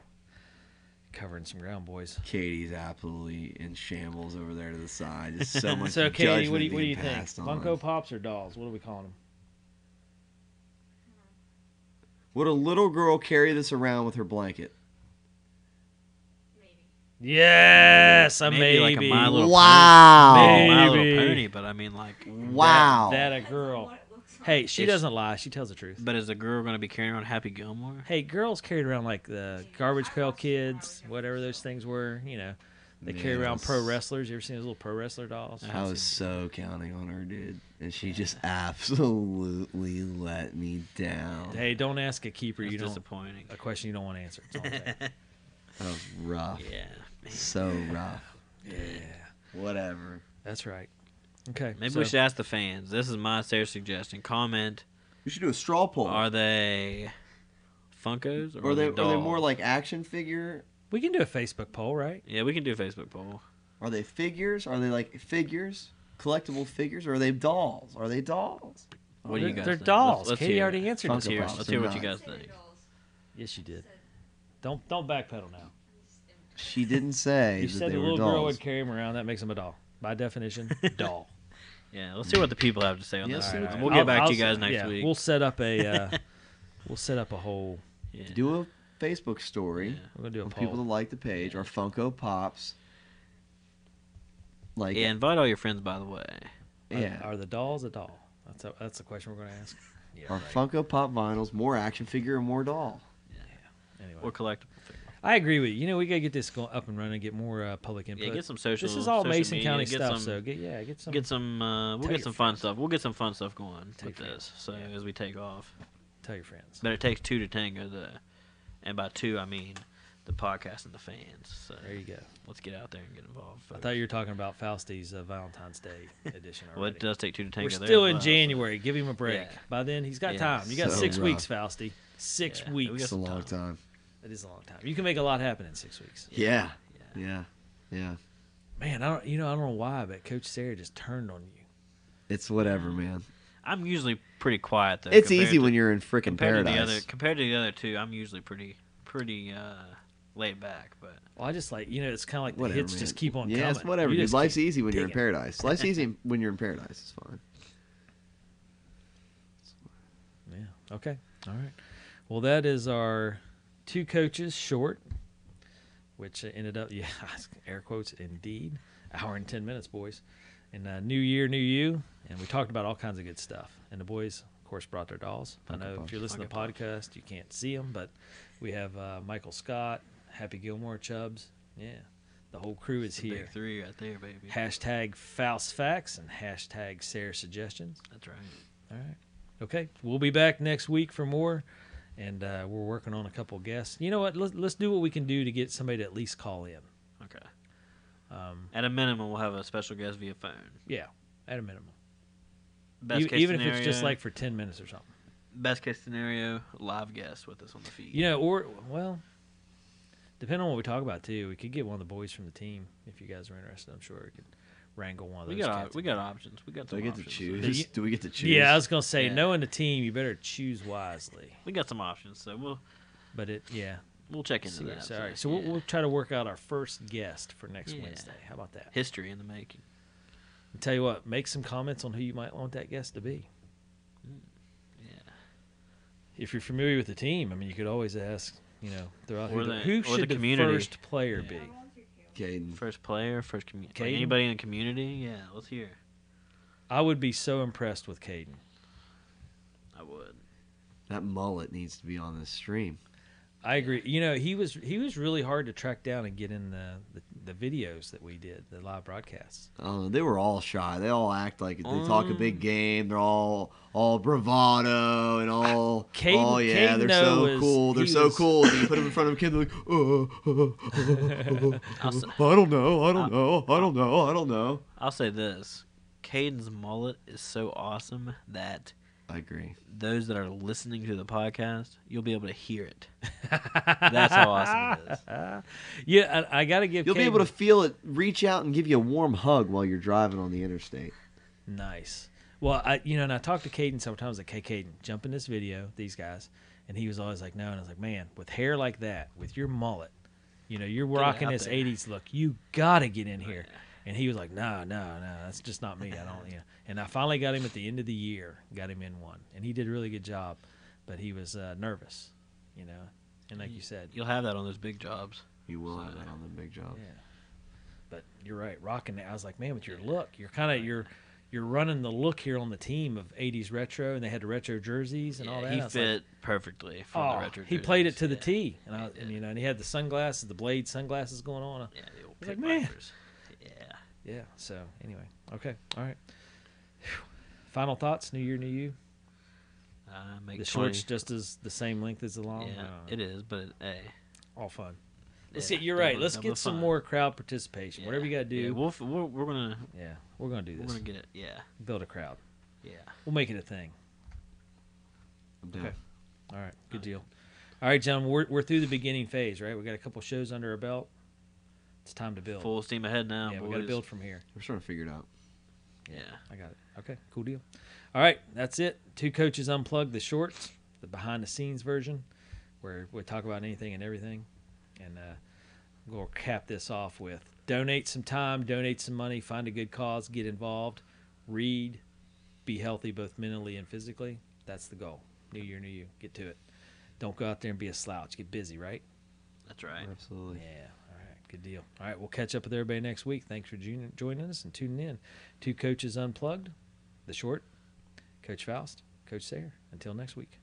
covering some ground, boys. Katie's absolutely in shambles over there to the side. Just so much So, Katie, judgment what do you, what do being you think? passed on. Funko Pops or dolls? What are we calling them? Would a little girl carry this around with her blanket? Yes, a maybe, maybe. like a My Little wow. Pony. My Maybe. Little Pony, but I mean like, Wow. That, that a girl. Hey, she It's- doesn't lie. She tells the truth. but is a girl gonna be carrying around Happy Gilmore? Hey, girls carried around like the Garbage Pail Kids, whatever those things were. You know, they carry Man, I around was- pro wrestlers. You ever seen those little pro wrestler dolls? I was so counting on her, dude. And she just absolutely let me down. Hey, don't ask a keeper. That's You don't disappointing. a question you don't want to answer. That's all I'm saying. That was rough. Yeah, So rough. Yeah. Whatever. That's right. Okay. maybe so- we should ask the fans. This is my Sarah suggestion. Comment: We should do a straw poll. Are they Funkos or, or are they, are they dolls? more like action figure? We can do a Facebook poll, right? Yeah, we can do a Facebook poll. Are they figures? Are they like figures? Collectible figures? Or are they dolls? Are they dolls? What do they're, you guys? they're think? dolls. Let's- let's Katie hear already it. answered Funko this Let's hear, one. Pops let's or hear what you not. guys think. Yes, you did. Don't don't backpedal now. She didn't say You that said they the were little girl dolls. would carry him around. That makes him a doll. By definition, doll. Yeah, let's see what the people have to say on Yeah, this. let's see what the- We'll get back to you guys next yeah, week. We'll set up a uh, we'll set up a whole. yeah. Do a Facebook story We're gonna do a of poll. people that like the page or Funko Pops. Like Yeah, invite all your friends, by the way. Are- yeah. Are, the dolls a doll? That's a, that's the question we're gonna ask. Yeah. Are Funko Pop vinyls more action figure or more doll? Anyway, Or collect. I agree with you. You know, we gotta get this go- up and running, get more uh, public input. Yeah, get some social. this is all social Mason media, County get stuff, some- so get yeah, get some get some. Uh, we'll Tell get your some fun stuff. We'll get some fun stuff going Tell with your this. So friends, yeah. as we take off, tell your friends. but it takes two to tango, though, and by two I mean the podcast and the fans. So There you go. let's get out there and get involved. I folks. thought you were talking about Fausti's uh, Valentine's Day edition Well, already. it does take two to tango. We're there still as in well, so- January. Give him a break. Yeah. By then, he's got Yeah, time. You got so six rough. weeks, Fausty. Six Yeah, we weeks. got It's a some long time. time. That is a long time. You can make a lot happen in six weeks. Yeah. Yeah. Yeah. Man, I don't. You know, I don't know why, but Coach Sarah just turned on you. It's whatever, man. I'm usually pretty quiet though. It's compared easy to- when you're in freaking compared paradise. to the other compared to the other two. I'm usually pretty pretty uh, laid back, but Well, I just like you know, it's kind of like the whatever. hits man. just keep on yeah, coming. it's whatever. You dude. just Life's keep easy when you're in digging. paradise. Life's easy when you're in paradise. It's fine. Yeah. Okay. All right. Well, that is our two coaches short, which ended up yeah, air quotes indeed, hour and ten minutes, boys. And uh, new year, new you, and we talked about all kinds of good stuff. And the boys, of course, brought their dolls. I Funko know if Pops. you're listening to Funko podcast, you can't see them, but we have uh, Michael Scott, Happy Gilmore, Chubbs, yeah, the whole crew is the big here. three right there, baby. Hashtag Faust Facts and hashtag Sarah Suggestions. That's right. All right. Okay. We'll be back next week for more. And uh, we're working on a couple guests. You know what? Let's, let's do what we can do to get somebody to at least call in. Okay. Um, At a minimum, we'll have a special guest via phone. yeah, at a minimum. Best E- case even scenario, if it's just like for 10 minutes or something. best case scenario, live guest with us on the feed. You know, or, well, depending on what we talk about, too, we could get one of the boys from the team if you guys are interested. I'm sure we could wrangle one of we those. got cats. op- we got options. We got Do some we get to options. choose? Do we get to choose? yeah, I was going to say, Yeah. knowing the team, you better choose wisely. We got some options, so we'll But it, yeah. we'll check into See, that. so, all right. So we'll, yeah. we'll try to work out our first guest for next Yeah. Wednesday. How about that? history in the making. And tell you what, make some comments on who you might want that guest to be. Mm, Yeah. If you're familiar with the team, I mean, you could always ask, you know, throughout Or who, the- who or should the the, community. first player Yeah. be. Caden. First player, first community. Caden? anybody in the community? Yeah, let's hear. I would be so impressed with Caden. I would. That mullet needs to be on this stream. I agree. You know, he was he was really hard to track down and get in the the, the videos that we did, the live broadcasts. Oh, they were all shy. They all act like they talk a Um, big game. They're all all bravado and all. Caden- oh yeah, Caden, they're though, so was- cool. They're he so was- cool. And you put them in front of a kid. They're like, oh, oh, oh, I'll s- oh, I don't know. I don't know. I don't know. I don't know. I'll say this: Caden's mullet is so awesome that I agree. those that are listening to the podcast, you'll be able to hear it. That's how awesome it is. Yeah, I, I got to give You'll be able Caden- to feel it reach out and give you a warm hug while you're driving on the interstate. Nice. Well, I you know, and I talked to Caden sometimes like, hey Caden, jump in this video, these guys. And he was always like, No, and I was like, Man, with hair like that, with your mullet, you know, you're rocking out this there. eighties look, you gotta get in here. And he was like, No, no, no, that's just not me. I don't you know. And I finally got him at the end of the year, got him in one. And he did a really good job, but he was uh, nervous, you know. And like you said, You'll have that on those big jobs. You will have that on the big Oh. job. yeah. But you're right, rocking it. I was like, man, with your look, you're kind of you're you're running the look here on the team of '80s retro, and they had the retro jerseys and Yeah, all that. I he was like, fit perfectly for oh, the retro. he played it jerseys. to the Yeah. T, and, I, did. and you know, and he had the sunglasses, the blade sunglasses going on. Yeah, the old I was like, pit man. vipers. Yeah. Yeah. So anyway, okay, all right. Phew. Final thoughts: New year, new you. Uh, make The 20. Oh, shorts just as the same length as the long. Yeah, I don't it know. is, but it, hey. all fun. Let's yeah, get. You're double- right. Let's double get some fun. more crowd participation. Whatever you Yeah, got to do. yeah, Yeah, we'll f- we're, we're gonna we're gonna do we're this. gonna get it. Yeah, Build a crowd. yeah. We'll make it a thing. I'm down. Okay. All right, good deal. All right, John, we're, we're through the beginning phase, right? We got a couple shows under our belt. It's time to build. Full steam ahead now. yeah, we boys. got to build from here. We're trying to figure it out. Yeah. I got it. Okay, cool deal. All right, that's it. Two coaches unplugged the shorts, the behind the scenes version. where we talk about anything and everything. And uh, I'm going to cap this off with donate some time, donate some money, find a good cause, get involved, read, be healthy both mentally and physically. That's the goal. New year, new you. Get to it. Don't go out there and be a slouch. Get busy, right? That's right. Yeah. Absolutely. All right. Good deal. All right. We'll catch up with everybody next week. Thanks for jun- joining us and tuning in. Two coaches unplugged, the short, Coach Faust, Coach Sayer. Until next week.